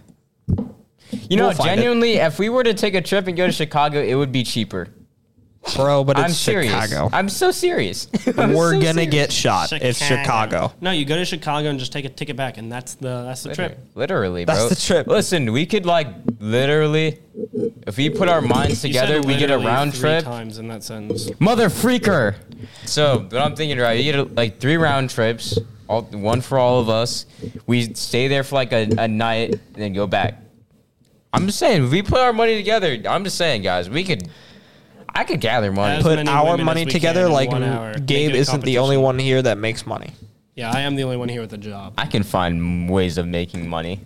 Speaker 2: You know,
Speaker 1: We'll find it.
Speaker 2: genuinely, if we were to take a trip and go to Chicago, it would be cheaper.
Speaker 1: Bro, but it's
Speaker 2: I'm serious.
Speaker 1: Chicago.
Speaker 2: I'm so serious. *laughs*
Speaker 1: we're gonna get shot. It's Chicago.
Speaker 3: No, you go to Chicago and just take a ticket back, and that's the that's the trip.
Speaker 2: Literally,
Speaker 1: That's
Speaker 2: bro.
Speaker 1: the trip.
Speaker 2: Listen, we could like literally, if we put our minds
Speaker 3: You said
Speaker 2: together,
Speaker 3: it
Speaker 2: we get a
Speaker 3: literally
Speaker 2: round
Speaker 3: three
Speaker 2: trip.
Speaker 3: times in that sentence.
Speaker 2: Mother freaker. So, what I'm thinking, right? You get like three round trips, all one for all of us. We stay there for like a, a night, and then go back. I'm just saying, if we put our money together, I'm just saying, guys, we could. I could gather money.
Speaker 3: As
Speaker 1: Put
Speaker 3: many
Speaker 1: our
Speaker 3: women as
Speaker 1: money
Speaker 3: we
Speaker 1: together
Speaker 3: can in
Speaker 1: like
Speaker 3: one hour.
Speaker 1: Gabe
Speaker 3: Make it a
Speaker 1: isn't the only
Speaker 3: competition.
Speaker 1: one here that makes money.
Speaker 3: Yeah, I am the only one here with a job.
Speaker 2: I can find ways of making money.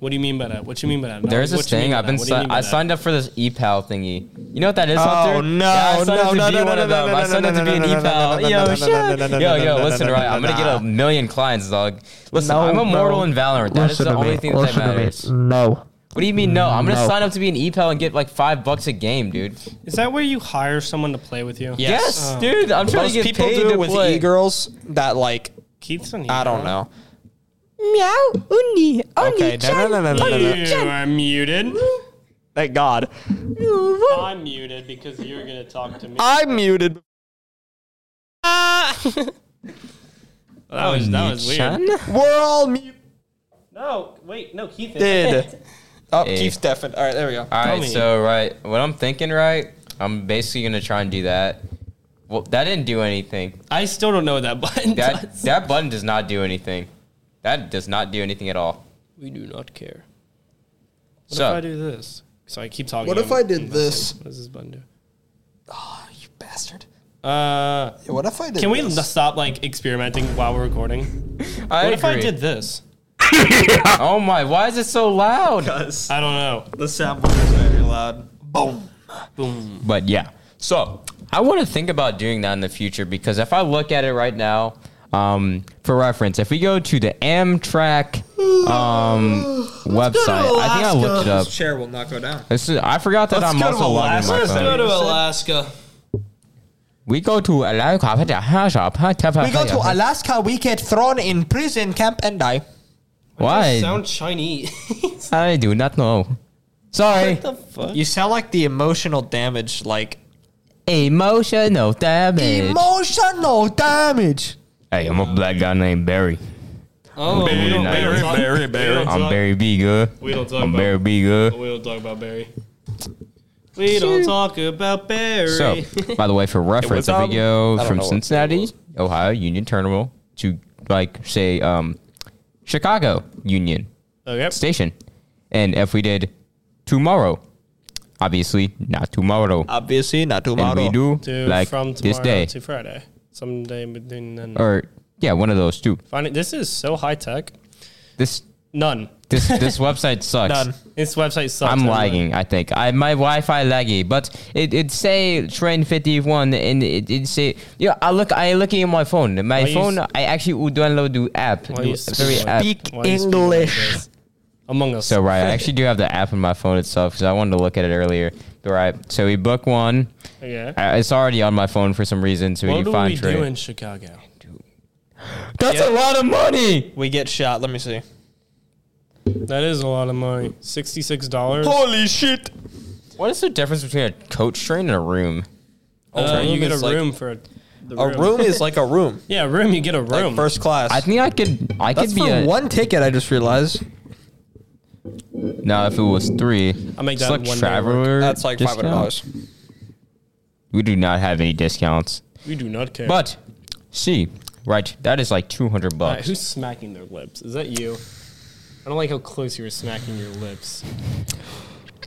Speaker 3: What do you mean by that? What you mean by that? No,
Speaker 2: There's this
Speaker 3: what you mean
Speaker 2: thing
Speaker 3: by
Speaker 2: I've
Speaker 3: that?
Speaker 2: been.
Speaker 3: What do you
Speaker 2: Si-
Speaker 3: mean by
Speaker 2: I
Speaker 3: that?
Speaker 2: signed up for this ePal thingy. You know what that is? Hunter?
Speaker 1: no,
Speaker 2: Yeah, I signed up
Speaker 1: no,
Speaker 2: to
Speaker 1: no,
Speaker 2: be
Speaker 1: no,
Speaker 2: one
Speaker 1: no,
Speaker 2: of them.
Speaker 1: no,
Speaker 2: I
Speaker 1: no,
Speaker 2: signed up
Speaker 1: no,
Speaker 2: to be an
Speaker 1: no, no,
Speaker 2: ePal.
Speaker 1: no, no,
Speaker 2: Yo,
Speaker 1: no, no, no, no,
Speaker 2: shit. yo,
Speaker 1: no,
Speaker 2: yo.
Speaker 1: no,
Speaker 2: Listen,
Speaker 1: no,
Speaker 2: right?
Speaker 1: no,
Speaker 2: I'm gonna get
Speaker 1: no.
Speaker 2: a million clients, dog. Listen, I'm immortal in Valorant. That is the only thing that matters.
Speaker 1: No.
Speaker 2: What do you mean? No, I'm gonna
Speaker 1: No.
Speaker 2: sign up to be an ePal and get like five bucks a game, dude.
Speaker 3: Is that where you hire someone to play with you?
Speaker 2: Yes, dude. I'm trying
Speaker 1: Most
Speaker 2: to get
Speaker 1: people
Speaker 2: paid
Speaker 1: do
Speaker 2: to
Speaker 1: it with
Speaker 2: play.
Speaker 1: e-girls that like
Speaker 3: Keith's on.
Speaker 1: I don't know.
Speaker 7: Meow, uni,
Speaker 1: Okay, no, no, no, no, no, no, no.
Speaker 3: You are muted.
Speaker 1: Thank God.
Speaker 3: I'm muted because you're gonna talk to me.
Speaker 1: I'm muted.
Speaker 3: that was
Speaker 2: Oh,
Speaker 3: that was weird.
Speaker 1: We're all muted.
Speaker 3: No, wait, no, Keith.
Speaker 1: Oh,
Speaker 2: Hey.
Speaker 1: Keith Stefan. All right, there we go.
Speaker 2: All right,
Speaker 3: me.
Speaker 2: so right, what I'm thinking, right? I'm basically gonna try and do that. Well, that didn't do anything.
Speaker 3: I still don't know what that button.
Speaker 2: *laughs* That
Speaker 3: does.
Speaker 2: that button does not do anything. That does not do anything at all.
Speaker 3: we do not care. What
Speaker 2: So-
Speaker 3: if I do this? So I keep talking.
Speaker 1: What
Speaker 3: to
Speaker 1: if
Speaker 3: him.
Speaker 1: I did
Speaker 3: I'm like,
Speaker 1: this?
Speaker 3: What does this button do?
Speaker 1: Oh, you bastard.
Speaker 3: Uh,
Speaker 1: Yeah, What if I did
Speaker 3: can we
Speaker 1: this?
Speaker 3: stop like experimenting while we're recording?
Speaker 2: I
Speaker 3: What if I
Speaker 2: agree.
Speaker 3: did this?
Speaker 2: Oh my! Why is it so loud?
Speaker 3: I don't know.
Speaker 6: Uh, The soundboard is very loud.
Speaker 2: But yeah, so I want to think about doing that in the future because if I look at it right now, um, for reference, if we go to the Amtrak um,
Speaker 1: *gasps*
Speaker 2: website, I think I looked it up.
Speaker 1: This chair will not go down.
Speaker 2: This is, I forgot that I'm also logging my phone.
Speaker 3: Alaska.
Speaker 2: We go to Alaska. We
Speaker 1: We go
Speaker 2: go
Speaker 1: to Alaska, we get thrown in prison camp and die.
Speaker 2: Why?
Speaker 3: Sound Chinese.
Speaker 2: I do not know. Sorry.
Speaker 3: what the fuck?
Speaker 1: You sound like the emotional damage, like
Speaker 2: Emotional damage.
Speaker 1: emotional damage.
Speaker 2: hey, I'm a black guy named Barry.
Speaker 8: Oh,
Speaker 2: Barry
Speaker 3: Barry,
Speaker 2: Knight.
Speaker 3: Barry, Barry, Barry.
Speaker 2: I'm Barry B. Good.
Speaker 3: We don't talk
Speaker 2: I'm
Speaker 3: about
Speaker 2: Barry B. Good.
Speaker 3: We don't talk about Barry. We don't talk about Barry.
Speaker 2: So, by the way,
Speaker 3: *laughs*
Speaker 2: for reference, if we go from Cincinnati, Ohio Union Terminal to like say um, Chicago Union
Speaker 3: okay.
Speaker 2: Station, and if we did tomorrow, obviously not tomorrow,
Speaker 1: Obviously, not too
Speaker 2: and we
Speaker 1: model.
Speaker 2: do
Speaker 3: Uh, to
Speaker 2: like
Speaker 3: from
Speaker 2: this
Speaker 3: tomorrow
Speaker 2: day
Speaker 3: to Friday, someday between then.
Speaker 2: or yeah, one of those two.
Speaker 3: Find it- This is so high tech.
Speaker 2: This
Speaker 3: None.
Speaker 2: this
Speaker 3: *laughs*
Speaker 2: this website sucks.
Speaker 1: None.
Speaker 3: This website sucks.
Speaker 2: I'm
Speaker 3: Never mind.
Speaker 2: lagging. I think I my Wi-Fi laggy, but it it say train fifty one and it, it say yeah. I look I looking at my phone. My
Speaker 3: Why you
Speaker 2: phone
Speaker 3: s-
Speaker 2: I actually would download the app.
Speaker 3: Why
Speaker 2: the
Speaker 3: you
Speaker 2: very
Speaker 3: speak
Speaker 2: app.
Speaker 3: Why do you speak like this? Among Us.
Speaker 2: So right, I actually do have the app on my phone itself because I wanted to look at it earlier. All right, so we book one.
Speaker 3: Okay.
Speaker 2: I- It's already on my phone for some reason, so we
Speaker 3: What
Speaker 2: can
Speaker 3: do
Speaker 2: find
Speaker 3: we
Speaker 2: train.
Speaker 3: do in Chicago?
Speaker 2: That's a lot of money.
Speaker 1: We get shot. Let me see.
Speaker 3: That is a lot of money. Sixty-six dollars.
Speaker 1: Holy shit!
Speaker 2: What is the difference between a coach train and a room?
Speaker 3: Uh, you get a
Speaker 1: It's like-
Speaker 3: room for a, the
Speaker 1: A room is like a
Speaker 3: *laughs*
Speaker 1: room.
Speaker 3: Yeah, room. You get a
Speaker 1: Like
Speaker 3: room.
Speaker 1: first class.
Speaker 2: I think I could. I
Speaker 1: That's
Speaker 2: could be
Speaker 1: for
Speaker 2: a
Speaker 1: one ticket. I just realized.
Speaker 2: no. If it was three,
Speaker 3: I'll make
Speaker 2: Just
Speaker 3: that one day work.
Speaker 2: traveler.
Speaker 1: That's like five
Speaker 2: discount.
Speaker 1: hundred dollars.
Speaker 2: We do not have any discounts.
Speaker 3: we do not care.
Speaker 2: But see, right, that is like two hundred
Speaker 3: All right,
Speaker 2: bucks.
Speaker 3: who's smacking their lips? Is that you? I don't like how close you were smacking your lips.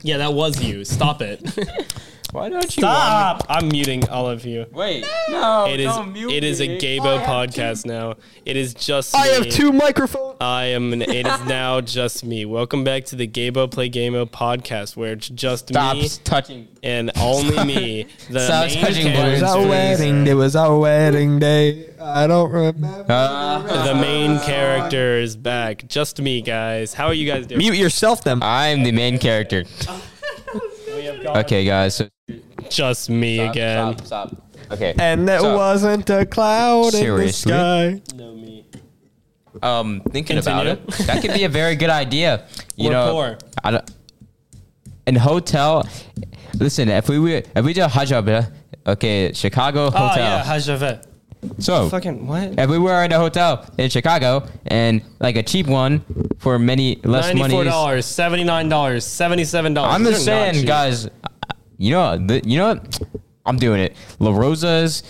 Speaker 3: Yeah, that was you. Stop it. *laughs*
Speaker 2: Why don't you?
Speaker 3: Stop! I'm muting all of you.
Speaker 2: Wait, no,
Speaker 3: It is it is a Gabo podcast now. It is just
Speaker 1: I have
Speaker 3: me.
Speaker 1: two microphones.
Speaker 3: I am an it
Speaker 2: *laughs*
Speaker 3: is now just me. Welcome back to the Gabo Play Gamo podcast where it's just
Speaker 2: Stop
Speaker 3: me
Speaker 2: touching.
Speaker 3: and only me. The
Speaker 2: Stop
Speaker 3: main
Speaker 2: touching
Speaker 3: character-
Speaker 2: It's balloons.
Speaker 1: our
Speaker 2: freezing.
Speaker 1: wedding. It was our wedding day. I don't remember.
Speaker 2: Uh,
Speaker 3: The main character is back. Just me, guys. How are you guys doing?
Speaker 1: Mute yourself, then.
Speaker 2: I'm the main character. okay, guys. So
Speaker 3: Just me again.
Speaker 2: Stop, stop. Okay.
Speaker 1: And it
Speaker 2: So-
Speaker 1: wasn't a cloud
Speaker 2: Seriously?
Speaker 1: in the sky.
Speaker 3: No me.
Speaker 2: Um, thinking about it,
Speaker 3: Continue.
Speaker 2: that could be a very good idea. You
Speaker 3: We're
Speaker 2: know,
Speaker 3: poor.
Speaker 2: I don't. In hotel, listen. If we were, if we do Hajab, okay, Chicago hotel.
Speaker 3: Oh yeah, Hajave.
Speaker 2: So
Speaker 3: Fucking what?
Speaker 2: If we were in a hotel in Chicago and like a cheap one for many less money.
Speaker 3: Ninety-four
Speaker 2: is-
Speaker 3: dollars, seventy-nine dollars, seventy-seven dollars.
Speaker 2: I'm just saying, guys. You know, the, you know what? I'm doing it. La Rosa's.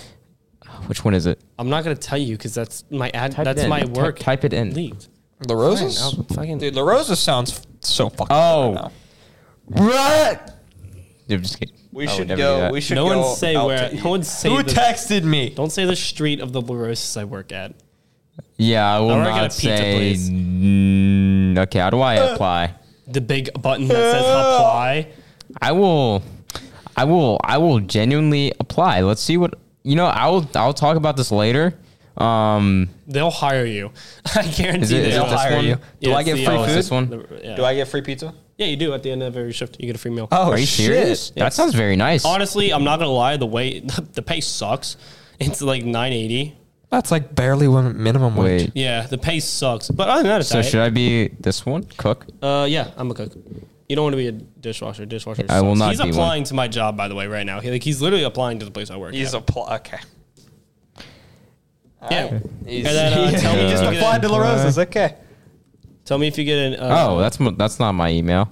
Speaker 2: Which one is it?
Speaker 3: I'm not gonna tell you because that's my ad.
Speaker 2: Type it
Speaker 3: that's
Speaker 2: in.
Speaker 3: my
Speaker 2: Ty-
Speaker 3: work.
Speaker 2: Type, it in.
Speaker 3: leaked.
Speaker 1: The roses.
Speaker 3: Fucking
Speaker 1: Dude, La Rosa sounds f- so fucking. good
Speaker 2: Oh,
Speaker 1: right
Speaker 2: right. I'm just kidding.
Speaker 9: We
Speaker 2: I would
Speaker 9: should
Speaker 2: never
Speaker 9: go.
Speaker 2: do that.
Speaker 9: We should
Speaker 3: no
Speaker 9: go
Speaker 3: one say
Speaker 9: out
Speaker 3: where.
Speaker 9: to eat.
Speaker 3: No one say.
Speaker 1: now. Who
Speaker 3: the,
Speaker 1: texted me?
Speaker 3: don't say the street of the LaRosa's I work at.
Speaker 2: Yeah, I will
Speaker 3: I wanna get
Speaker 2: not
Speaker 3: a pizza,
Speaker 2: say.
Speaker 3: please.
Speaker 2: Mm, okay, how do I apply?
Speaker 3: The big button that says apply.
Speaker 2: I will, I will, I will genuinely apply. Let's see what you know. I will. I'll talk about this later. Um,
Speaker 3: They'll hire you. *laughs* I
Speaker 2: is
Speaker 3: guarantee
Speaker 2: it, is it
Speaker 3: they'll
Speaker 2: this
Speaker 3: hire
Speaker 2: one?
Speaker 3: you.
Speaker 2: Do
Speaker 3: Yeah,
Speaker 2: I
Speaker 3: it's
Speaker 2: get
Speaker 3: the-
Speaker 2: free
Speaker 3: oh,
Speaker 2: food?
Speaker 3: it's
Speaker 2: This one?
Speaker 3: the- yeah.
Speaker 9: Do I get free pizza?
Speaker 3: yeah, you do. At the end of every shift, you get a free meal.
Speaker 1: Oh,
Speaker 2: Are you
Speaker 1: shit.
Speaker 2: serious? That sounds very nice.
Speaker 3: Honestly, I'm not gonna lie. The way *laughs* the pay sucks. It's like 980.
Speaker 1: That's like barely win- minimum wage.
Speaker 2: Wait.
Speaker 3: Yeah, the pay sucks. But other than that, it's
Speaker 2: So
Speaker 3: alright.
Speaker 2: should I be this one cook?
Speaker 3: Uh, yeah, I'm a cook. You don't want to be a dishwasher. Dishwasher.
Speaker 2: I will
Speaker 3: sucks.
Speaker 2: not
Speaker 3: He's
Speaker 2: be one.
Speaker 3: applying to my job, by the way, right now. He, like he's literally applying to the place I work.
Speaker 1: He's
Speaker 3: at.
Speaker 1: a pl- okay.
Speaker 3: yeah. And
Speaker 1: *laughs*
Speaker 3: then, uh, tell, me
Speaker 2: He
Speaker 3: if
Speaker 2: just
Speaker 3: you
Speaker 9: Applied
Speaker 3: get
Speaker 9: to
Speaker 3: an,
Speaker 9: La Rosa's. Okay.
Speaker 3: tell me if you get an. Uh,
Speaker 2: Oh, that's m- that's not my email.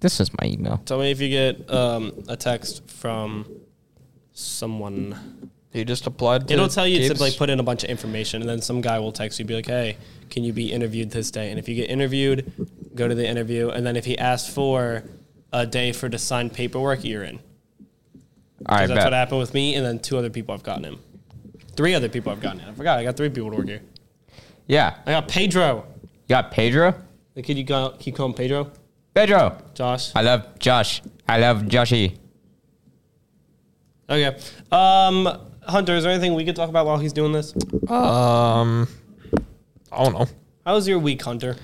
Speaker 2: This is my email.
Speaker 3: Tell me if you get um a text from someone.
Speaker 1: You just applied. To
Speaker 3: It'll tell you
Speaker 1: Gibbs?
Speaker 3: to like put in a bunch of information, and then some guy will text you, be like, "Hey, can you be interviewed this day?" And if you get interviewed, go to the interview, and then if he asks for a day for to sign paperwork, you're in.
Speaker 2: All right,
Speaker 3: Because that's what
Speaker 2: bet.
Speaker 3: happened with me, and then two other people I've gotten him. Three other people I've gotten him. I forgot. I got three people to work here.
Speaker 2: Yeah,
Speaker 3: I got Pedro.
Speaker 2: you got Pedro.
Speaker 3: The kid you got, keep calling Pedro?
Speaker 2: Pedro,
Speaker 3: Josh.
Speaker 2: I love Josh. I love Joshy.
Speaker 3: Okay. Um, Hunter, is there anything we could talk about while he's doing this?
Speaker 1: Um, I don't know.
Speaker 3: How was your week, Hunter?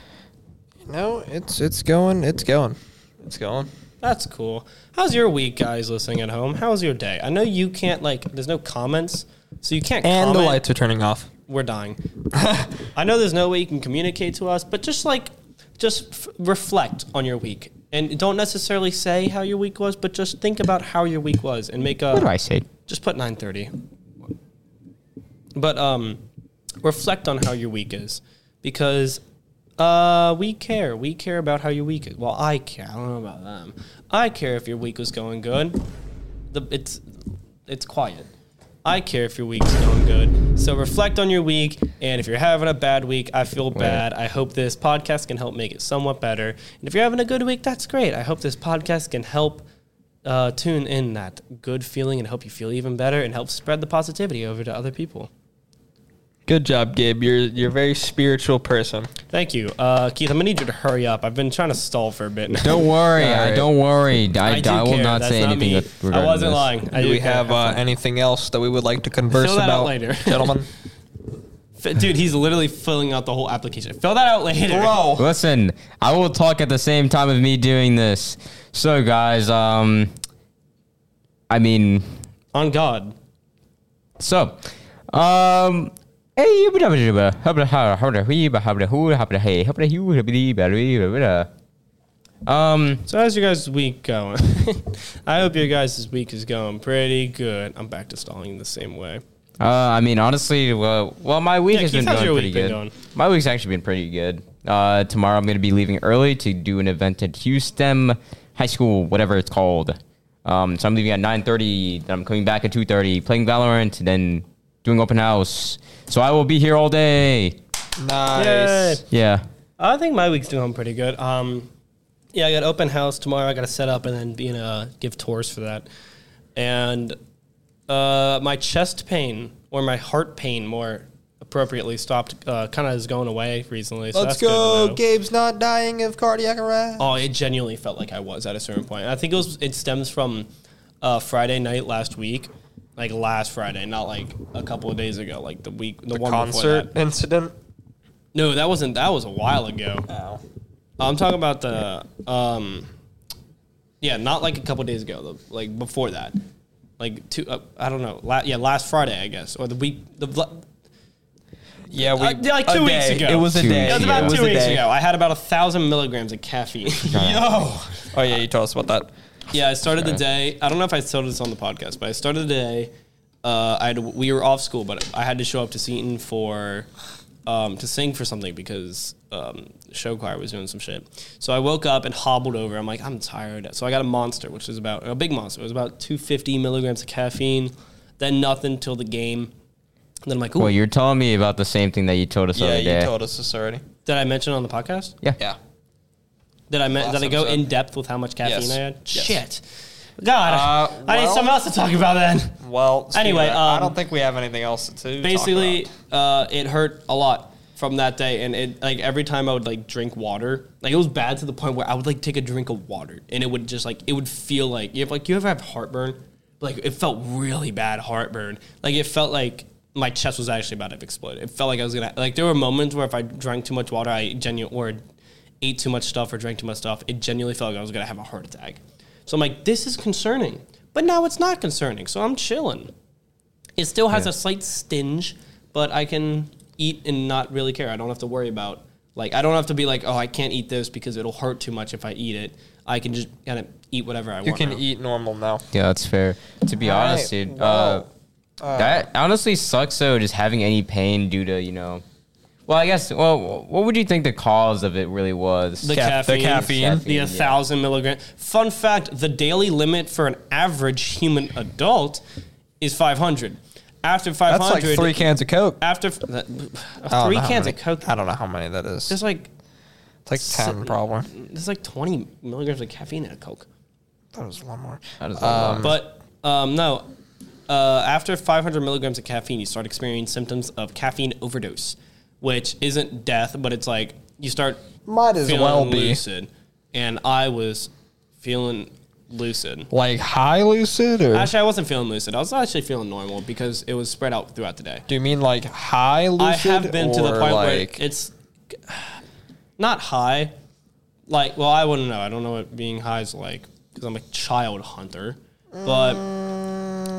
Speaker 1: No, it's it's going. It's going. It's going.
Speaker 3: That's cool. How's your week, guys listening at home? How was your day? I know you can't, like, there's no comments, so you can't
Speaker 1: And
Speaker 3: comment.
Speaker 1: the lights are turning off.
Speaker 3: We're dying. I know there's no way you can communicate to us, but just, like, just f- reflect on your week. And don't necessarily say how your week was, but just think about how your week was and make a.
Speaker 2: What do I say?
Speaker 3: just put 9:30. But um, reflect on how your week is. because uh, we care. We care about how your week is. Well, I care. I don't know about them. I care if your week was going good. The, it's it's quiet. I care if your week's going good. So reflect on your week, and if you're having a bad week, I feel bad. I hope this podcast can help make it somewhat better. And if you're having a good week, that's great. I hope this podcast can help uh, tune in that good feeling and help you feel even better and help spread the positivity over to other people.
Speaker 10: Good job, Gib. You're you're a very spiritual person.
Speaker 3: Thank you, uh, Keith. I'm gonna need you to hurry up. I've been trying to stall for a bit. now.
Speaker 2: Don't worry. I don't worry. I,
Speaker 3: do
Speaker 2: I will
Speaker 3: care.
Speaker 2: not
Speaker 3: That's
Speaker 2: say
Speaker 3: not
Speaker 2: anything
Speaker 3: me.
Speaker 2: that- regarding
Speaker 3: I wasn't
Speaker 2: this.
Speaker 3: lying. I
Speaker 1: Do
Speaker 3: do
Speaker 1: we
Speaker 3: care.
Speaker 1: have uh, anything else that we would like to converse
Speaker 3: that out
Speaker 1: about,
Speaker 3: later.
Speaker 9: *laughs*
Speaker 1: gentlemen?
Speaker 3: F- dude? He's literally filling out the whole application. Fill that out later.
Speaker 6: Bro,
Speaker 2: Listen, I will talk at the same time of me doing this. So, guys, um, I mean,
Speaker 3: On God.
Speaker 2: so, um, hey, you blah, blah, blah, blah, blah, blah, blah, blah, blah, blah, blah, blah, hey, blah, blah, blah, blah, blah, blah, blah. um,
Speaker 3: So how's your guys' week going? *laughs* I hope your guys' week is going pretty good. I'm back to stalling the same way.
Speaker 2: uh, I mean, honestly, well, well, my week
Speaker 3: Yeah,
Speaker 2: has
Speaker 3: Keith,
Speaker 2: been
Speaker 3: how's
Speaker 2: going
Speaker 3: your
Speaker 2: pretty
Speaker 3: week been
Speaker 2: good.
Speaker 3: going?
Speaker 2: My week's actually been pretty good. Uh, tomorrow I'm going to be leaving early to do an event at Houston High School, whatever it's called. Um, so I'm leaving at 9:30. Then I'm coming back at 2:30, playing Valorant, and then doing open house. So I will be here all day.
Speaker 1: Nice.
Speaker 3: Yay.
Speaker 2: Yeah.
Speaker 3: I think my week's doing pretty good. Um, yeah, I got open house tomorrow. I got to set up and then be in a give tours for that. And uh, my chest pain or my heart pain, more appropriately, stopped. Uh, kind of is going away recently. So
Speaker 1: Let's
Speaker 3: that's good to
Speaker 1: go.
Speaker 3: know.
Speaker 1: Gabe's not dying of cardiac arrest.
Speaker 3: Oh, it genuinely felt like I was at a certain point. I think it was. It stems from uh, Friday night last week, like last Friday, not like a couple of days ago, like the week, the, one concert.
Speaker 1: Concert incident. Oh.
Speaker 3: No, that wasn't. That was a while ago. I'm talking about the. Um, yeah, not like a couple days ago. The, like before that, like two. Uh, I don't know. La- yeah, last Friday, I guess, or the week. The vl-
Speaker 1: Yeah, we
Speaker 3: uh, like two
Speaker 1: a
Speaker 3: weeks
Speaker 1: day.
Speaker 3: ago.
Speaker 1: It was a
Speaker 2: Two
Speaker 1: day.
Speaker 3: It
Speaker 2: weeks
Speaker 3: was
Speaker 2: ago.
Speaker 1: It
Speaker 3: about
Speaker 1: was
Speaker 3: two
Speaker 1: a
Speaker 3: weeks
Speaker 1: day.
Speaker 3: ago. I had about a thousand milligrams of
Speaker 1: *laughs*
Speaker 3: caffeine.
Speaker 1: Oh yeah, you told us about that.
Speaker 3: Yeah, I started the day. I don't know if I told this on the podcast, but I started the day. Uh, I had, we were off school, but I had to show up to Seton for um, to sing for something because um, show choir was doing some shit. So I woke up and hobbled over. I'm like, I'm tired. So I got a monster, which is about a big monster. It was about 250 milligrams of caffeine. Then nothing till the game. And then I'm like, ooh,
Speaker 2: Well, you're telling me about the same thing that you told us the
Speaker 1: Yeah,
Speaker 2: other day.
Speaker 1: you told us this already.
Speaker 3: did I mention on the podcast?
Speaker 2: yeah.
Speaker 1: Yeah.
Speaker 3: Did I men-
Speaker 1: Last
Speaker 3: did I go
Speaker 1: episode.
Speaker 3: in depth with how much caffeine
Speaker 1: Yes.
Speaker 3: I had?
Speaker 1: Yes.
Speaker 3: Shit. God,
Speaker 1: Uh,
Speaker 3: I need
Speaker 1: well-
Speaker 3: something else to talk about then.
Speaker 1: Well, speaking
Speaker 3: Anyway,
Speaker 1: of that, I
Speaker 3: um,
Speaker 1: don't think we have anything else to
Speaker 3: basically
Speaker 1: Talk
Speaker 3: uh, it hurt a lot from that day and it like every time i would like drink water like it was bad to the point where i would like take a drink of water and it would just like it would feel like you have like you ever have heartburn like it felt really bad heartburn like it felt like my chest was actually about to explode it felt like i was gonna like there were moments where if i drank too much water i genuinely or ate too much stuff or drank too much stuff it genuinely felt like i was gonna have a heart attack so i'm like this is concerning but now it's not concerning so i'm chilling it still has a slight stinge, but I can eat and not really care. I don't have to worry about like I don't have to be like, oh, I can't eat this because it'll hurt too much if I eat it. I can just kind of eat whatever I
Speaker 1: about. You
Speaker 3: want.
Speaker 1: can
Speaker 3: now.
Speaker 1: eat normal now.
Speaker 2: Yeah, that's fair. To be
Speaker 1: All
Speaker 2: honest,
Speaker 1: right,
Speaker 2: dude, uh,
Speaker 1: well,
Speaker 2: that honestly sucks. Though, just having any pain due to you know, well, I guess. Well, what would you think the cause of it really was?
Speaker 3: the
Speaker 1: Ca- the
Speaker 3: caffeine,
Speaker 1: caffeine.
Speaker 3: the
Speaker 2: Caffeine, yeah.
Speaker 3: 1000 milligram. Fun fact, the daily limit for an average human adult is 500. After 500
Speaker 1: That's like three cans of Coke.
Speaker 3: after f- uh,
Speaker 1: I don't
Speaker 3: three
Speaker 1: know how
Speaker 3: cans
Speaker 1: many-
Speaker 3: of coke
Speaker 1: I don't know how many that is.
Speaker 3: there's like
Speaker 1: it's like
Speaker 3: si-
Speaker 1: ten, probably.
Speaker 3: there's like 20 milligrams of caffeine in a coke.
Speaker 1: That was one more.
Speaker 2: That is a lot.
Speaker 3: But um, no, uh, after 500 milligrams of caffeine, you start experiencing symptoms of caffeine overdose, which isn't death, but it's like you start
Speaker 1: Might as
Speaker 3: feeling
Speaker 1: well be.
Speaker 3: lucid. And I was feeling lucid.
Speaker 1: Like high lucid, or
Speaker 3: Actually, I wasn't feeling lucid. I was actually feeling normal because it was spread out throughout the day.
Speaker 1: do you mean like high lucid?
Speaker 3: I have been to the
Speaker 1: or
Speaker 3: point
Speaker 1: like
Speaker 3: where it's *sighs* not high. Like, well, I wouldn't know. I don't know what being high is like because I'm a child hunter. But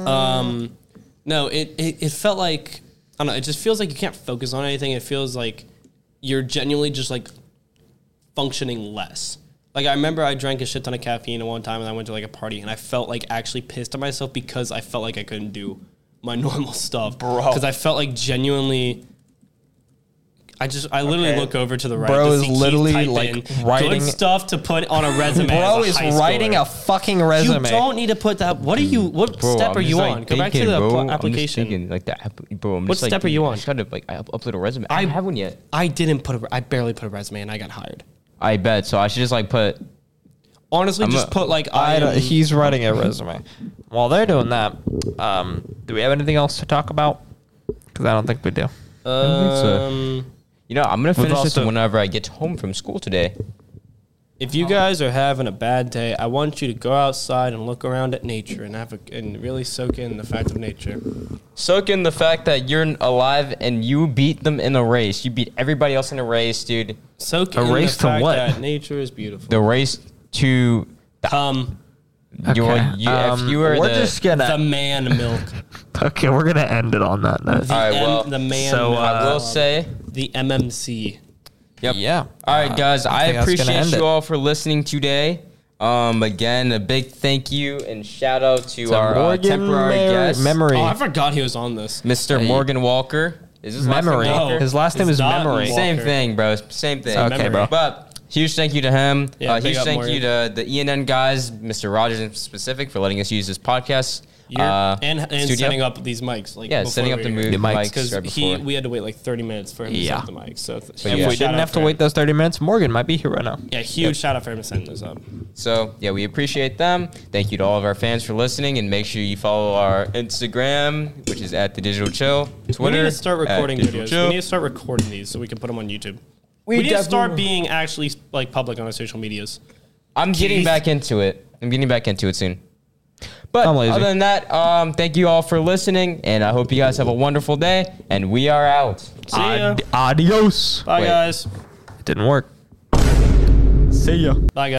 Speaker 3: um, no, it, it it felt like I don't know. It just feels like you can't focus on anything. It feels like you're genuinely just like functioning less. Like I remember I drank a shit ton of caffeine at one time and I went to like a party and I felt like actually pissed at myself because I felt like I *laughs* couldn't do my normal stuff. Bro. Because I felt like genuinely I just I literally
Speaker 1: Okay.
Speaker 3: look over to the right.
Speaker 1: Bro
Speaker 3: to
Speaker 1: is
Speaker 3: see Keith
Speaker 1: literally,
Speaker 3: type
Speaker 1: like,
Speaker 3: in,
Speaker 1: writing-
Speaker 3: good stuff to put on a resume.
Speaker 1: Bro
Speaker 3: as
Speaker 1: is
Speaker 3: a high
Speaker 1: writing
Speaker 3: schooler.
Speaker 1: a fucking
Speaker 3: You
Speaker 1: resume.
Speaker 3: don't need to put that. What are you? What
Speaker 2: Bro,
Speaker 3: step
Speaker 2: I'm
Speaker 3: are
Speaker 2: just,
Speaker 3: you
Speaker 2: like,
Speaker 3: on? Go back to
Speaker 2: thinking,
Speaker 3: the
Speaker 2: bro.
Speaker 3: pl-
Speaker 2: I'm just
Speaker 3: application.
Speaker 2: thinking, like the app, bro. I'm
Speaker 3: What
Speaker 2: just, like,
Speaker 3: step are you
Speaker 2: dude,
Speaker 3: on?
Speaker 2: I just gotta like I up- upload a resume. I, don't have one yet.
Speaker 3: I didn't put a. I barely put a resume, and I got hired.
Speaker 2: I bet. So I should just like put.
Speaker 3: Honestly,
Speaker 2: I'm
Speaker 3: just
Speaker 2: a-
Speaker 3: put like I.
Speaker 1: I
Speaker 3: am-
Speaker 1: don't- he's writing *laughs* a resume. While they're doing that, um, do we have anything else to talk about? Because I don't think we do.
Speaker 3: um,
Speaker 2: You know, I'm gonna finish this
Speaker 1: also-
Speaker 2: whenever I get home from school today.
Speaker 3: if you guys are having a bad day, I want you to go outside and look around at nature and have a, and really soak in the fact of nature.
Speaker 2: Soak in the fact that you're alive and you beat them in a race. You beat everybody else in a race, dude.
Speaker 3: Soak
Speaker 1: A
Speaker 3: in
Speaker 1: race to
Speaker 3: the fact
Speaker 1: what?
Speaker 3: that nature is beautiful.
Speaker 2: The race to
Speaker 3: Um,
Speaker 2: your you,
Speaker 1: um,
Speaker 2: if you were
Speaker 1: we're
Speaker 2: the,
Speaker 1: just gonna.
Speaker 3: the man milk.
Speaker 1: okay, we're gonna end it on that note.
Speaker 3: The,
Speaker 2: All right,
Speaker 3: M-
Speaker 2: well, uh,
Speaker 3: the man.
Speaker 1: so,
Speaker 3: milk.
Speaker 2: I will say.
Speaker 3: the MMC.
Speaker 2: Yep.
Speaker 1: Yeah.
Speaker 2: All right, guys. I,
Speaker 1: think that's gonna
Speaker 2: appreciate
Speaker 1: end
Speaker 2: you
Speaker 1: it.
Speaker 2: all for listening today. Um, again, a big thank you and shout out to,
Speaker 1: To
Speaker 2: our uh,
Speaker 1: Morgan
Speaker 2: temporary
Speaker 1: Mer-
Speaker 2: guest,
Speaker 1: Memory.
Speaker 3: Oh, I forgot he was on this.
Speaker 2: Mr. Morgan Walker. Is his last name
Speaker 1: memory.
Speaker 2: Walker?
Speaker 1: His last name
Speaker 3: It's
Speaker 1: is
Speaker 3: not
Speaker 1: Memory.
Speaker 3: Walker.
Speaker 2: Same thing, bro. Same thing.
Speaker 1: Okay, bro.
Speaker 2: But huge thank you to him.
Speaker 3: Yeah,
Speaker 2: uh,
Speaker 3: big
Speaker 2: huge
Speaker 3: up,
Speaker 2: thank
Speaker 3: Morgan.
Speaker 2: you to the ENN guys, Mr. Rogers in specific, for letting us use this podcast.
Speaker 3: Yeah,
Speaker 2: uh,
Speaker 3: and and
Speaker 2: studio.
Speaker 3: setting up these mics. Like
Speaker 2: Yeah, setting up the move
Speaker 1: The mics.
Speaker 2: mics
Speaker 3: because
Speaker 2: right
Speaker 3: he
Speaker 2: before.
Speaker 3: we had to wait like thirty minutes for him
Speaker 1: Yeah.
Speaker 3: to set the mics. So th-
Speaker 2: So,
Speaker 1: If
Speaker 2: Yeah.
Speaker 1: we
Speaker 2: Shout
Speaker 1: didn't
Speaker 3: out
Speaker 1: have to
Speaker 3: for-
Speaker 1: wait those 30 minutes, Morgan might be here right now.
Speaker 3: Yeah, huge shout out for him to setting those up.
Speaker 2: So yeah, we appreciate them. Thank you to all of our fans for listening, and make sure you follow our Instagram, which is at the Digital Chill.
Speaker 3: We
Speaker 2: Twitter.
Speaker 3: need to start
Speaker 2: at
Speaker 3: recording
Speaker 2: Digital
Speaker 3: videos.
Speaker 2: Chill.
Speaker 3: We need to start recording these so we can put them on YouTube. We, need to start being actually like public on our social medias.
Speaker 2: I'm getting
Speaker 3: Keith.
Speaker 2: back into it. I'm getting back into it soon. But
Speaker 1: I'm lazy.
Speaker 2: other than that, um, thank you all for listening, and I hope you guys have a wonderful day. And we are out.
Speaker 3: See ya.
Speaker 1: Adios.
Speaker 3: Bye
Speaker 2: Wait.
Speaker 3: guys.
Speaker 1: It didn't work. See ya.
Speaker 3: Bye guys.